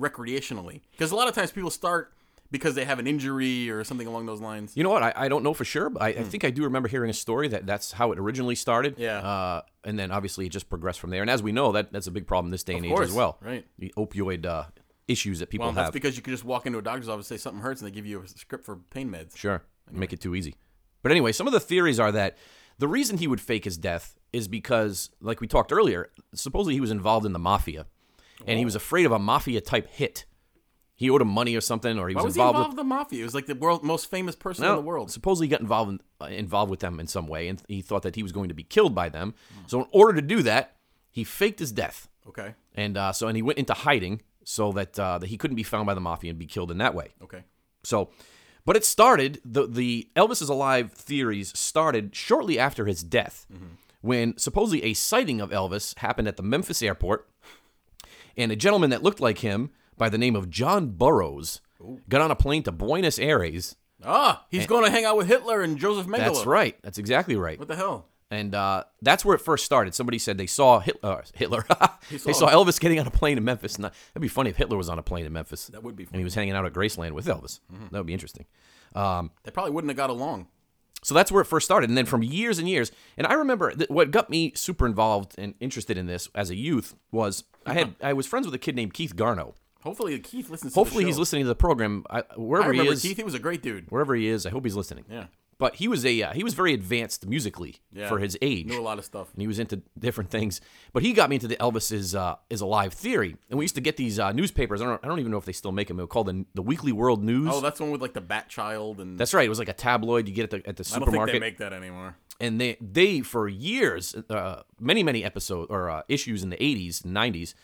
recreationally? Because a lot of times people start because they have an injury or something along those lines. You know what? I, I don't know for sure, but I, Hmm. I think I do remember hearing a story that that's how it originally started. Yeah. Uh, and then obviously it just progressed from there. And as we know, that that's a big problem this day and age course, as well. right. The opioid uh, issues that people Well, that's have. because you could just walk into a doctor's office, say something hurts, and they give you a script for pain meds. Sure. Make it too easy. But anyway, some of the theories are that the reason he would fake his death is because, like we talked earlier, supposedly he was involved in the mafia and Oh. he was afraid of a mafia type hit. He owed him money or something, or he Why was was he involved involved with. in the mafia? It was like the world most famous person in the world. Supposedly he got involved in, uh, involved with them in some way, and he thought that he was going to be killed by them. So in order to do that, he faked his death, Okay. and uh, so and he went into hiding so that uh, that he couldn't be found by the mafia and be killed in that way. Okay. So, but it started the the Elvis is alive theories started shortly after his death, when supposedly a sighting of Elvis happened at the Memphis airport, and a gentleman that looked like him by the name of John Burroughs got on a plane to Buenos Aires. Ah, he's going to hang out with Hitler and Joseph Mengele. That's right. That's exactly right. What the hell? And uh, that's where it first started. Somebody said they saw Hitler. Hitler. <laughs> they saw- saw Elvis getting on a plane in Memphis. And that- that'd be funny if Hitler was on a plane in Memphis. That would be Mm-hmm. And he was hanging out at Graceland with Elvis. That would be interesting. They probably wouldn't have got along. So that's where it first started. And then from years and years, and I remember that what got me super involved and interested in this as a youth was I had I was friends with a kid named Keith Garno. Hopefully, Keith listens. Hopefully to the he's show. listening to the program I, I wherever he remember is. Keith. He was a great dude. Wherever he is, I hope he's listening. Yeah. But he was a uh, he was very advanced musically Yeah. for his age Knew a lot of stuff. and he was into different things. But he got me into the Elvis is uh, is alive theory, and we used to get these uh, newspapers. I don't, I don't even know if they still make them. They were called the, the Weekly World News. Oh, that's the one with like the Bat Child and. that's right. It was like a tabloid you get at the at the I don't think they supermarket, make that anymore. and they they for years, uh, many many episodes or uh, issues in the eighties and nineties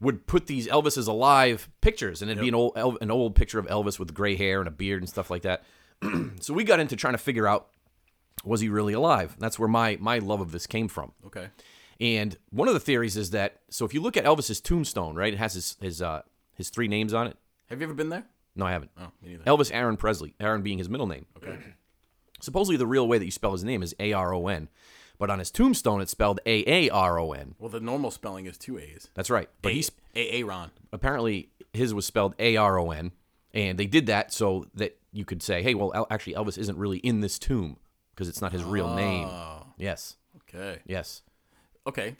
would put these Elvis is alive pictures, and it'd be an old El- an <clears throat> old picture of Elvis with gray hair and a beard and stuff like that. so we got into trying to figure out Was he really alive? That's where my my love of this came from. Okay. And one of the theories is that so if you look at Elvis's tombstone, right, it has his his uh, his three names on it. Have you ever been there? No, I haven't. Oh, me neither. Elvis Aaron Presley, Aaron being his middle name. Okay. <clears throat> Supposedly the real way that you spell his name is A R O N, but on his tombstone it's spelled A A R O N. Well, the normal spelling is two A's. That's right. But he's A A Ron. apparently his was spelled A R O N, and they did that so that you could say, hey, well, El- actually Elvis isn't really in this tomb because it's not his real name. Oh. Yes, Okay. yes, Okay.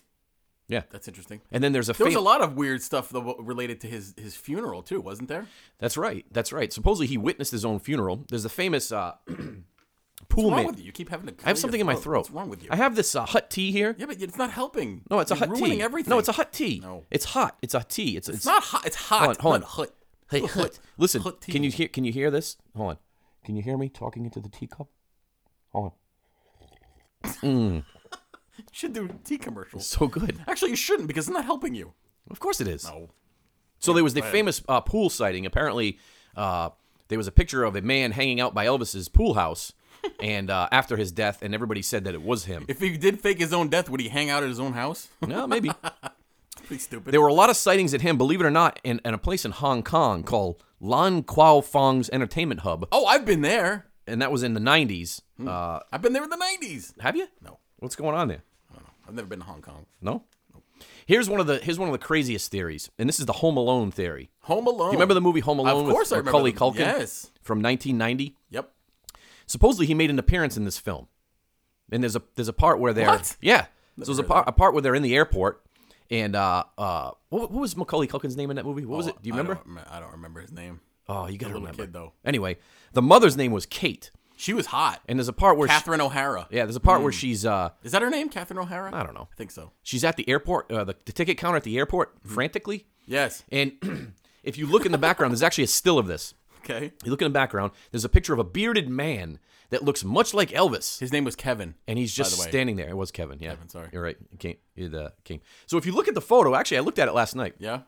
yeah. That's interesting. And then there's a There was fam- a lot of weird stuff tho- related to his his funeral too, wasn't there? That's right. That's right. Supposedly he witnessed his own funeral. There's the famous uh, <clears throat> pool What's man. wrong with you? You keep having to. I have something in my throat. What's wrong with you? I have this uh, hot tea here. yeah, but it's not helping. No, it's a You're hot ruining tea. Everything. No, it's a hot tea. No. it's hot. It's a tea. It's, it's, It's not hot. It's hot. Hold on, hold not on. hot. Hey, Hot. hot. Listen, Hot tea. can you hear? Can you hear this? Hold on. Can you hear me talking into the teacup? <laughs> Hold on. should do tea commercials. So good. Actually, you shouldn't because it's not helping you. Of course it is. No. So there was the famous uh, pool sighting. Apparently, uh, there was a picture of a man hanging out by Elvis's pool house, and uh, after his death, and everybody said that it was him. <laughs> If he did fake his own death, would he hang out at his own house? <laughs> no, maybe. Pretty stupid. There were a lot of sightings at him, believe it or not, in, in a place in Hong Kong called Lan Kwao Fong's Entertainment Hub, oh, I've been there. and that was in the 90s. Uh, I've been there in the nineties. have you? Hmm. No. What's going on there? I've never been to Hong Kong. No. Here's one of the here's one of the craziest theories, and this is the Home Alone theory. Home Alone. You remember the movie Home Alone Oh. Of course, with I uh, remember. Macaulay the- Culkin Yes. from 1990? Yep. supposedly he made an appearance in this film. And there's a there's a part where they're What? yeah. so there's a part, a part where they're in the airport, and uh uh what, what was Macaulay Culkin's name in that movie? What was it? Do you Oh, I remember? don't rem- I don't remember his name. Oh, you gotta little remember. kid, though. Anyway, the mother's name was Kate, She was hot. and there's a part where she- Catherine O'Hara. yeah, there's a part where she's uh Is that her name, Catherine O'Hara? I don't know. I think so. she's at the airport uh, the, the ticket counter at the airport Mm-hmm. frantically, Yes. and <clears throat> if you look in the background, there's actually a still of this. Okay. You look in the background, there's a picture of a bearded man that looks much like Elvis. His name was Kevin. and he's just the way. standing there. It was Kevin. Yeah, Kevin, sorry. You're right. It came. It uh, came. So if you look at the photo, actually, I looked at it last night. Yeah.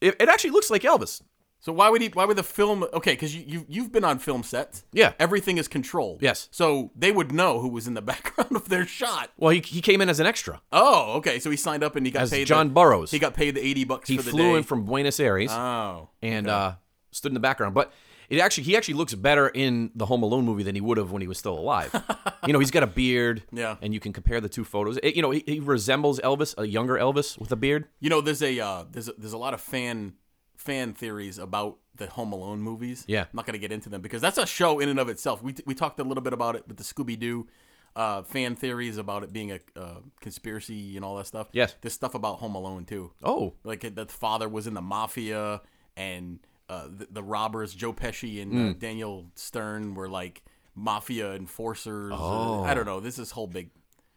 It, it actually looks like Elvis. So why would he? Why would the film? Okay, because you, you you've been on film sets. Yeah. Everything is controlled. Yes. So they would know who was in the <laughs> background of their shot. Well, he, he came in as an extra. Oh, okay. So he signed up and he got As paid John the, Burroughs. He got paid the eighty bucks He for the flew day. in from Buenos Aires oh. and uh, stood in the background. But it actually he actually looks better in the Home Alone movie than he would have when he was still <laughs> alive. you know, he's got a beard. Yeah. And you can compare the two photos. It- you know, he, he resembles Elvis, a younger Elvis with a beard. You know, there's a uh, there's a, there's a lot of fan fan theories about the Home Alone movies. Yeah. I'm not gonna get into them because that's a show in and of itself. We we talked a little bit about it with the Scooby Doo. Uh, fan theories about it being a uh, conspiracy and all that stuff. Yes. there's stuff about Home Alone too. Oh, like that the father was in the mafia and uh, the, the robbers Joe Pesci and Hmm. uh, Daniel Stern were like mafia enforcers. Oh. I don't know. This is whole big.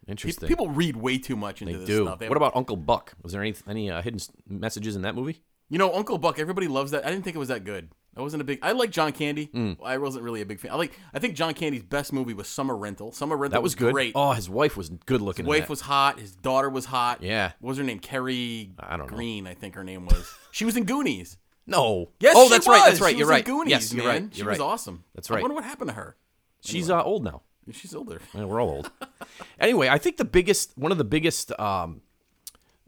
pe- interesting. People read way too much into They this do. stuff. They- What about Uncle Buck? Was there any any uh, hidden s- messages in that movie? you know Uncle Buck? Everybody loves that. I didn't think it was that good. I wasn't a big. I like John Candy. Hmm. I wasn't really a big fan. I like. I think John Candy's best movie was Summer Rental. Summer Rental That was good. Great. Oh, his wife was good looking. in His wife that. was hot. His daughter was hot. Yeah. What was her name? Kerry I don't know. Green, I think her <laughs> name was. she was in Goonies. No. Yes, Oh, she that's right. That's was. right. She you're was in right. Goonies, yes, you're man. right. She you're was right. awesome. That's I right. wonder what happened to her. She's uh, old now. She's older. Yeah, we're all old. <laughs> anyway, I think the biggest, one of the biggest um,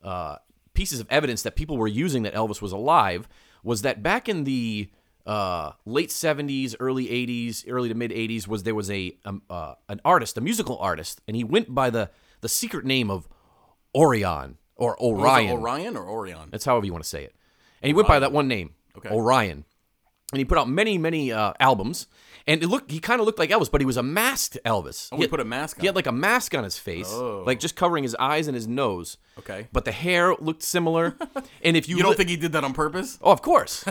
uh, pieces of evidence that people were using that Elvis was alive was that back in the uh, late 70s, early 80s, early to mid 80s, was there was a um, uh, an artist, a musical artist, and he went by the the secret name of Orion or Orion. Oh, Orion or Orion? That's however you want to say it. And he went by that one name, Okay. Orion. And he put out many, many uh, albums. And it looked, he kind of looked like Elvis, but he was a masked Elvis. Oh, he put a mask He on. Oh. had like a mask on his face, like just covering his eyes and his nose. Okay. But the hair looked <laughs> similar. and if you, You don't li- think he did that on purpose? oh, of <laughs> course.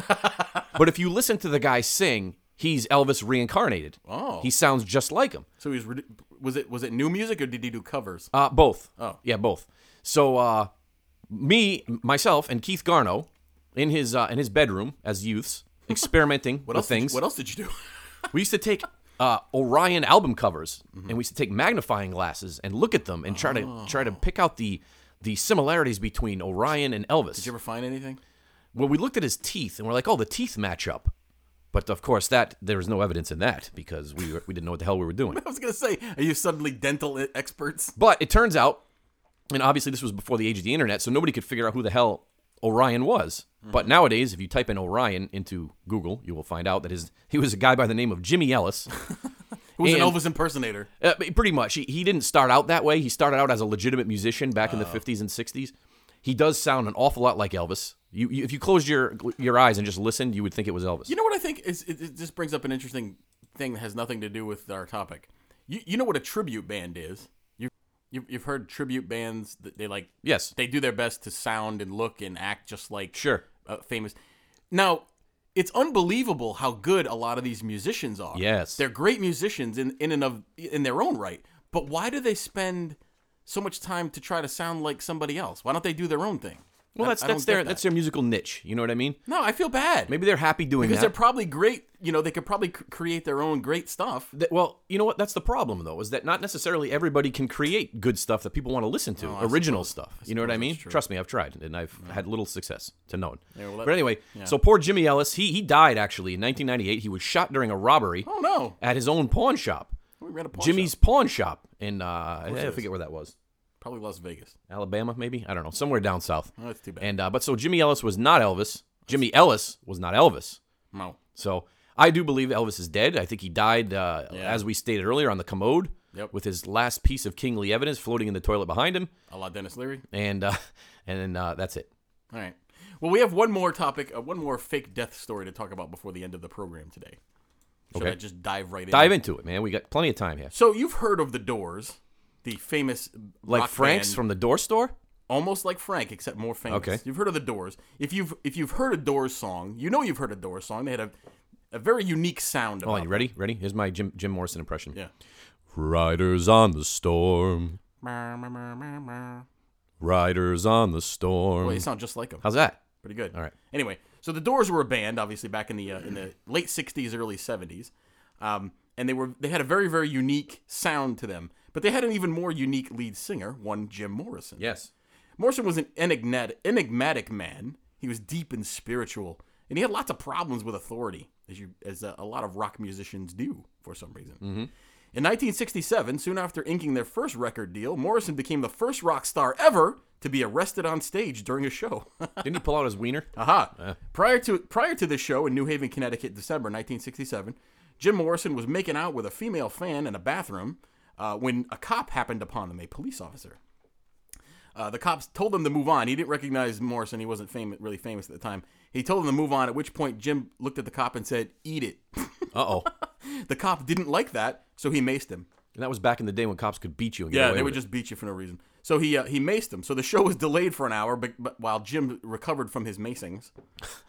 but if you listen to the guy sing, he's Elvis reincarnated. Oh. He sounds just like him. So he's re- was it was it new music or did he do covers? Uh, both. Oh. yeah, both. So uh, me, myself, and Keith Garno in his uh, in his bedroom as <laughs> youths experimenting what with else? did you- things. what else did you do? <laughs> We used to take uh, Orion album covers and we used to take magnifying glasses and look at them and try to try to pick out the the similarities between Orion and Elvis. did you ever find anything? well, we looked at his teeth and we're like, oh, the teeth match up. But of course, that there was no evidence in that because we were, we didn't know what the hell we were doing. I was gonna say, are you suddenly dental i- experts? But it turns out, and obviously this was before the age of the internet, so nobody could figure out who the hell Orion was. But nowadays, if you type in Orion into Google, you will find out that his, he was a guy by the name of Jimmy Ellis. Who was an And- Elvis impersonator? Uh, but pretty much. He, he didn't start out that way. He started out as a legitimate musician back in the 50s and 60s. He does sound an awful lot like Elvis. You, you, if you closed your your eyes and just listened, you would think it was Elvis. You know what I think is? It, it just brings up an interesting thing that has nothing to do with our topic. You, you know what a tribute band is? You, you you've heard tribute bands that they like. Yes. They do their best to sound and look and act just like Sure. uh, famous. Now, it's unbelievable how good a lot of these musicians are. Yes. they're great musicians in in and of in their own right. But why do they spend so much time to try to sound like somebody else? Why don't they do their own thing? Well, I- that's I don't that's get their that. that's their musical niche. You know what I mean? No, I feel bad. Maybe they're happy doing because that. they're probably great. You know, they could probably c- create their own great stuff. Th- well, you know what? That's the problem though, is that not necessarily everybody can create good stuff that people want to listen to, original stuff. You know what Oh, I mean? Trust me, I've tried and I've had little success to known. well, but that- anyway, so poor Jimmy Ellis, he he died actually in 1998. He was shot during a robbery. Oh no, at his own pawn shop, we ran a pawn Jimmy's shop. pawn shop in uh, I it forget where that was, probably Las Vegas. Alabama maybe I don't know, somewhere down south. Oh, that's too bad. And uh, but so Jimmy Ellis was not Elvis. Jimmy Ellis was not Elvis. no, So I do believe Elvis is dead. I think he died uh, Yeah. as we stated earlier on the commode Yep. with his last piece of kingly evidence floating in the toilet behind him, a la Dennis Leary. and uh, <laughs> and then uh, that's it. All right. Well, we have one more topic, uh, one more fake death story to talk about before the end of the program today. Should Okay. I just dive right in? Dive into it, man. We got plenty of time here. So you've heard of the Doors, the famous Like rock Frank's band, from the door store. almost like Frank, except more famous. Okay. You've heard of the Doors. If you've if you've heard a Doors song, you know you've heard a Doors song. They had a a very unique Hold sound. About on, Oh, you ready? Ready? Here's my Jim Jim Morrison impression. Yeah. Riders on the storm. them. Riders on the Storm. Well, they sound just like them. How's that? Pretty good. All right. Anyway, so the Doors were a band, obviously back in the uh, in the late '60s, early '70s, um, and they were they had a very very unique sound to them. But they had an even more unique lead singer, one Jim Morrison. Yes. Morrison was an enigmatic, enigmatic man. He was deep and spiritual, and he had lots of problems with authority, as you as uh, a, a lot of rock musicians do for some reason. Mm-hmm. In 1967, soon after inking their first record deal, Morrison became the first rock star ever to be arrested on stage during a show. <laughs> Didn't he pull out his wiener? Aha. Prior to prior to this show in New Haven, Connecticut, December 1967, Jim Morrison was making out with a female fan in a bathroom uh, when a cop happened upon him, a police officer. Uh, the cops told him to move on. He didn't recognize Morrison. He wasn't fam- really famous at the time. He told him to move on. At which point, Jim looked at the cop and said, "Eat it." <laughs> Uh oh. the cop didn't like that, so he maced him. and that was back in the day when cops could beat you and get Yeah, away they would with just beat you for no reason. So he uh, he maced him. So the show was delayed for an hour, but, but while Jim recovered from his macings,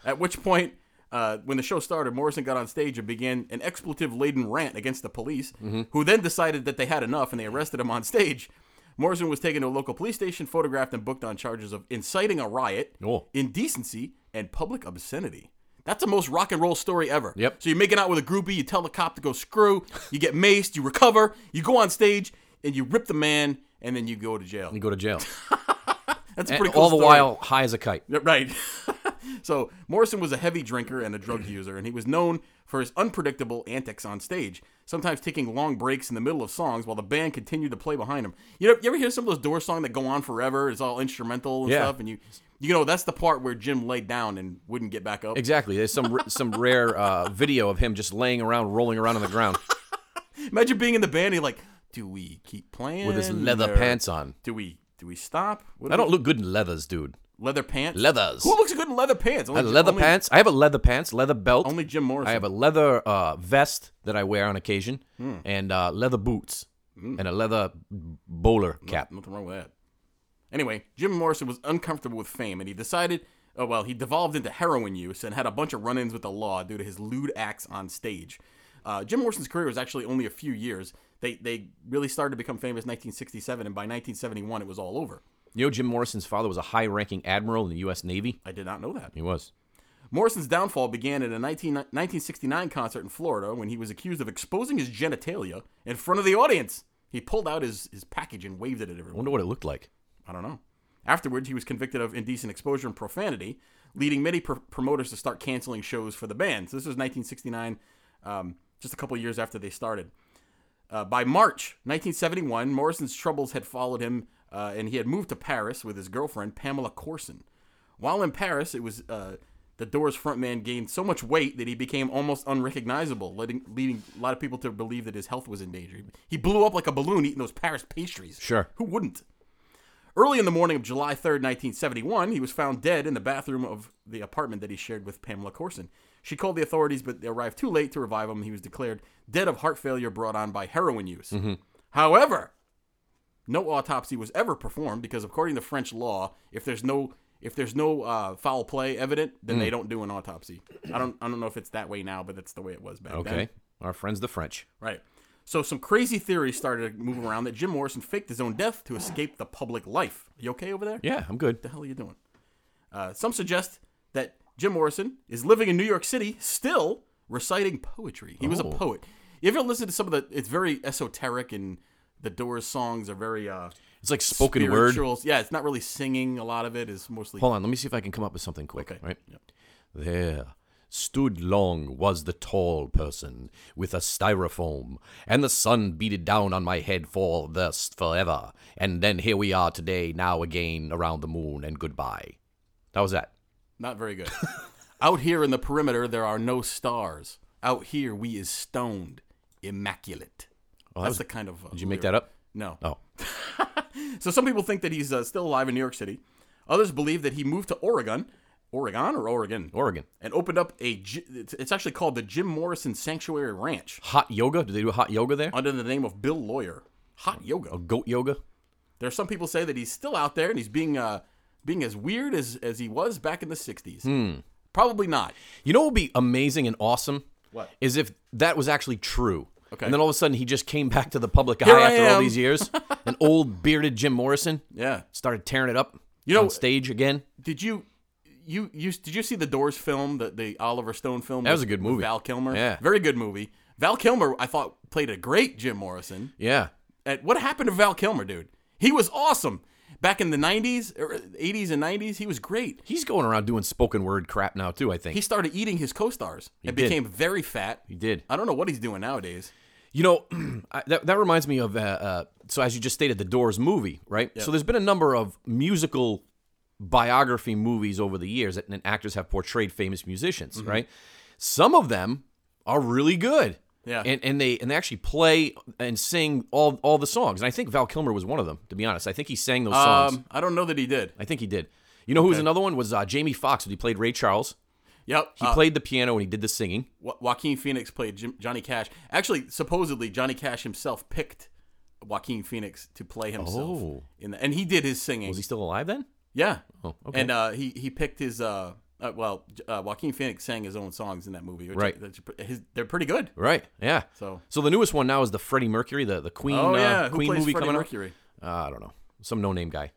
at which point, uh, when the show started, Morrison got on stage and began an expletive laden rant against the police, Mm-hmm. who then decided that they had enough and they arrested him on stage. Morrison was taken to a local police station, photographed, and booked on charges of inciting a riot, Oh. indecency, and public obscenity. That's the most rock and roll story ever. Yep. So you're making out with a groupie, you tell the cop to go screw, you get maced, you recover, you go on stage, and you rip the man, and then you go to jail. it. You go to <laughs> jail. That's a And pretty cool all the story. while, high as a kite. Yeah, Right. <laughs> so Morrison was a heavy drinker and <clears throat> a drug user, and he was known for his unpredictable antics on stage, sometimes taking long breaks in the middle of songs while the band continued to play behind him. You know, you ever hear some of those Doors songs that go on forever? It's all instrumental and Yeah. stuff, and you, you know, that's the part where Jim laid down and wouldn't get back up. Exactly. There's some r- <laughs> some rare uh, video of him just laying around, rolling around on the ground Imagine being in the band. You're like, do we keep playing with his leather or pants on. Do we do we stop? What I do don't we- look good in leathers, dude. leather pants. Leathers. Who looks good in leather pants? Only, I have leather only- pants. I have a leather pants, leather belt. Only Jim Morrison. I have a leather uh, vest that I wear on occasion, Hmm. and uh, leather boots, and a leather bowler cap. Nothing wrong with that. Anyway, Jim Morrison was uncomfortable with fame, and he decided. Oh well, he devolved into heroin use and had a bunch of run-ins with the law due to his lewd acts on stage. Uh, Jim Morrison's career was actually only a few years. They they really started to become famous in 1967, and by 1971, it was all over. You know, Jim Morrison's father was a high-ranking admiral in the U.S. Navy. I did not know that. He was. Morrison's downfall began at a 19, 1969 concert in Florida when he was accused of exposing his genitalia in front of the audience. He pulled out his, his package and waved it at I everyone. wonder what it looked like. I don't know. Afterwards, he was convicted of indecent exposure and profanity. leading many pr- promoters to start canceling shows for the band. So this was 1969, um, just a couple years after they started. Uh, by March 1971, Morrison's troubles had followed him, uh, and he had moved to Paris with his girlfriend Pamela Corson. While in Paris, it was uh, the Doors frontman gained so much weight that he became almost unrecognizable, letting, leading a lot of people to believe that his health was in danger. He blew up like a balloon eating those Paris pastries. Sure. who wouldn't? Early in the morning of July 3rd, 1971, he was found dead in the bathroom of the apartment that he shared with Pamela Corson. She called the authorities, but they arrived too late to revive him. He was declared dead of heart failure brought on by heroin use. However, no autopsy was ever performed because, according to French law, if there's no if there's no uh, foul play evident, then they don't do an autopsy. I don't I don't know if it's that way now, but that's the way it was back then. Okay. Our friends, the French. Right. So some crazy theories started moving around that Jim Morrison faked his own death to escape the public life. You okay over there? Yeah, I'm good. the hell are you doing? Uh, some suggest that Jim Morrison is living in New York City, still reciting poetry. He was a Oh. poet. You ever listen to some of the? It's very esoteric, and the Doors songs are very uh, It's like spoken word. spirituals. Yeah, it's not really singing. A lot of it is mostly Hold on, let me see if I can come up with something quick. <laughs> Okay. Right Yep. there stood long was the tall person with a styrofoam, and the sun beat it down on my head for thus forever. And then here we are today, now again around the moon, and goodbye. That was that. not very good. Out here in the perimeter, there are no stars. Out here, we is stoned, immaculate. Well, Oh, that That's was- the kind of. Uh, Did you make that up? No. Oh, So some people think that he's uh, still alive in New York City. Others believe that he moved to Oregon, Oregon or Oregon, Oregon. and opened up a. gy- It's it's actually called the Jim Morrison Sanctuary Ranch Hot yoga? Do they do hot yoga there? under the name of Bill Lawyer. Hot yoga. Goat yoga? There are some people say that he's still out there and he's being uh, being as weird as as he was back in the '60s. Hmm. Probably not. You know what would be amazing and awesome? What? Is if that was actually true. Okay. And then all of a sudden he just came back to the public eye Here I after all am. these <laughs> years. An old bearded Jim Morrison Yeah. started tearing it up You know- on stage again. Did you? You, you did you see the Doors film the, the Oliver Stone film? That was a with- good with movie. Val Kilmer, Yeah. very good movie. Val Kilmer, I thought played a great Jim Morrison. Yeah. at what happened to Val Kilmer, dude? He was awesome back in the '90s, or '80s and '90s. He was great. He's going around doing spoken word crap now too, I think. He started eating his co-stars and did. became very fat. he did. I don't know what he's doing nowadays. You know, <clears throat> I, that, that reminds me of, uh, uh, so as you just stated, the Doors movie, right? So there's been a number of musical biography movies over the years that and actors have portrayed famous musicians, Mm-hmm. right? Some of them are really good. Yeah. And, and they and they actually play and sing all all the songs. And I think Val Kilmer was one of them, to be honest. I think he sang those songs. Um, I don't know that he did. I think he did. You know who was another one? Was uh, Jamie Foxx, who he played Ray Charles. Yep. He uh, played the piano and he did the singing. Jo- Joaquin Phoenix played Jim- Johnny Cash. Actually, supposedly Johnny Cash himself picked Joaquin Phoenix to play himself. Oh. In the, and he did his singing. Was he still alive then? Oh, yeah. okay. And uh, he he picked his uh, uh well uh, Joaquin Phoenix sang his own songs in that movie. which- Right. that's pr- his- they're pretty good. Right. Yeah. So- the newest one now is the Freddie Mercury, the the Queen Oh uh, yeah, who Queen plays movie Freddie coming Mercury? Oh. up. Uh, I don't know, some no name guy.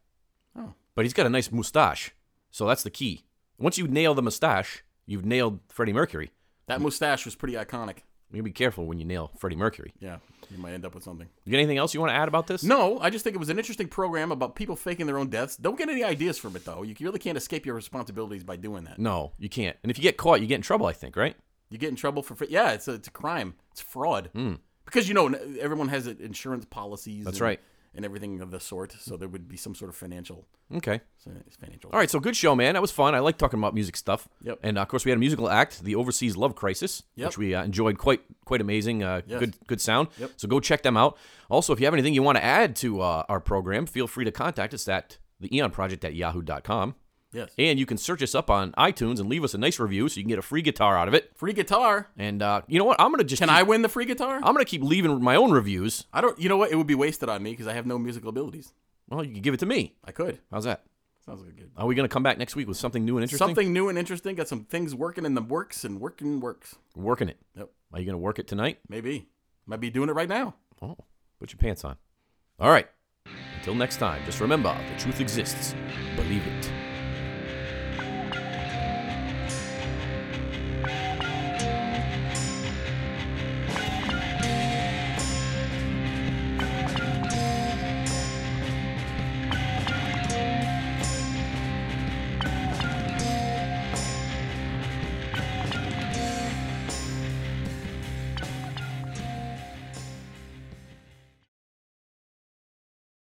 But he's got a nice mustache, so that's the key. Once you nail the mustache, you've nailed Freddie Mercury. That mustache was pretty iconic. You gotta be careful when you nail Freddie Mercury. Yeah, you might end up with something. You got anything else you want to add about this? No, I just think it was an interesting program about people faking their own deaths. Don't get any ideas from it though. You really can't escape your responsibilities by doing that. No, you can't. And if you get caught, you get in trouble. I think, right? You get in trouble for yeah, it's a, it's a crime. It's fraud. Because you know n- everyone has uh, insurance policies. Hmm. That's right. and everything of the sort. So there would be some sort of financial Okay. so it's financial. All right. So good show, man. That was fun. I like talking about music stuff. Yep. And uh, of course, we had a musical act, the Overseas Love Crisis, Yep. which we uh, enjoyed quite quite amazing. Uh, Yes. Good good sound. Yep. So go check them out. Also, if you have anything you want to add to uh, our program, feel free to contact us at the Eon Project at yahoo.com. Yes. And you can search us up on iTunes and leave us a nice review so you can get a free guitar out of it. Free guitar. And uh, you know what? I'm gonna just Can keep, I win the free guitar? I'm gonna keep leaving my own reviews. I don't. You know what? It would be wasted on me because I have no musical abilities. Well, you can give it to me. I could. How's that? Sounds like a good. Are we gonna come back next week with something new and interesting? Something new and interesting. Got some things working in the works and working works. Working it. Yep. Are you gonna work it tonight? Maybe. Might be doing it right now. Oh, put your pants on. All right. Until next time, just remember the truth exists. Believe it.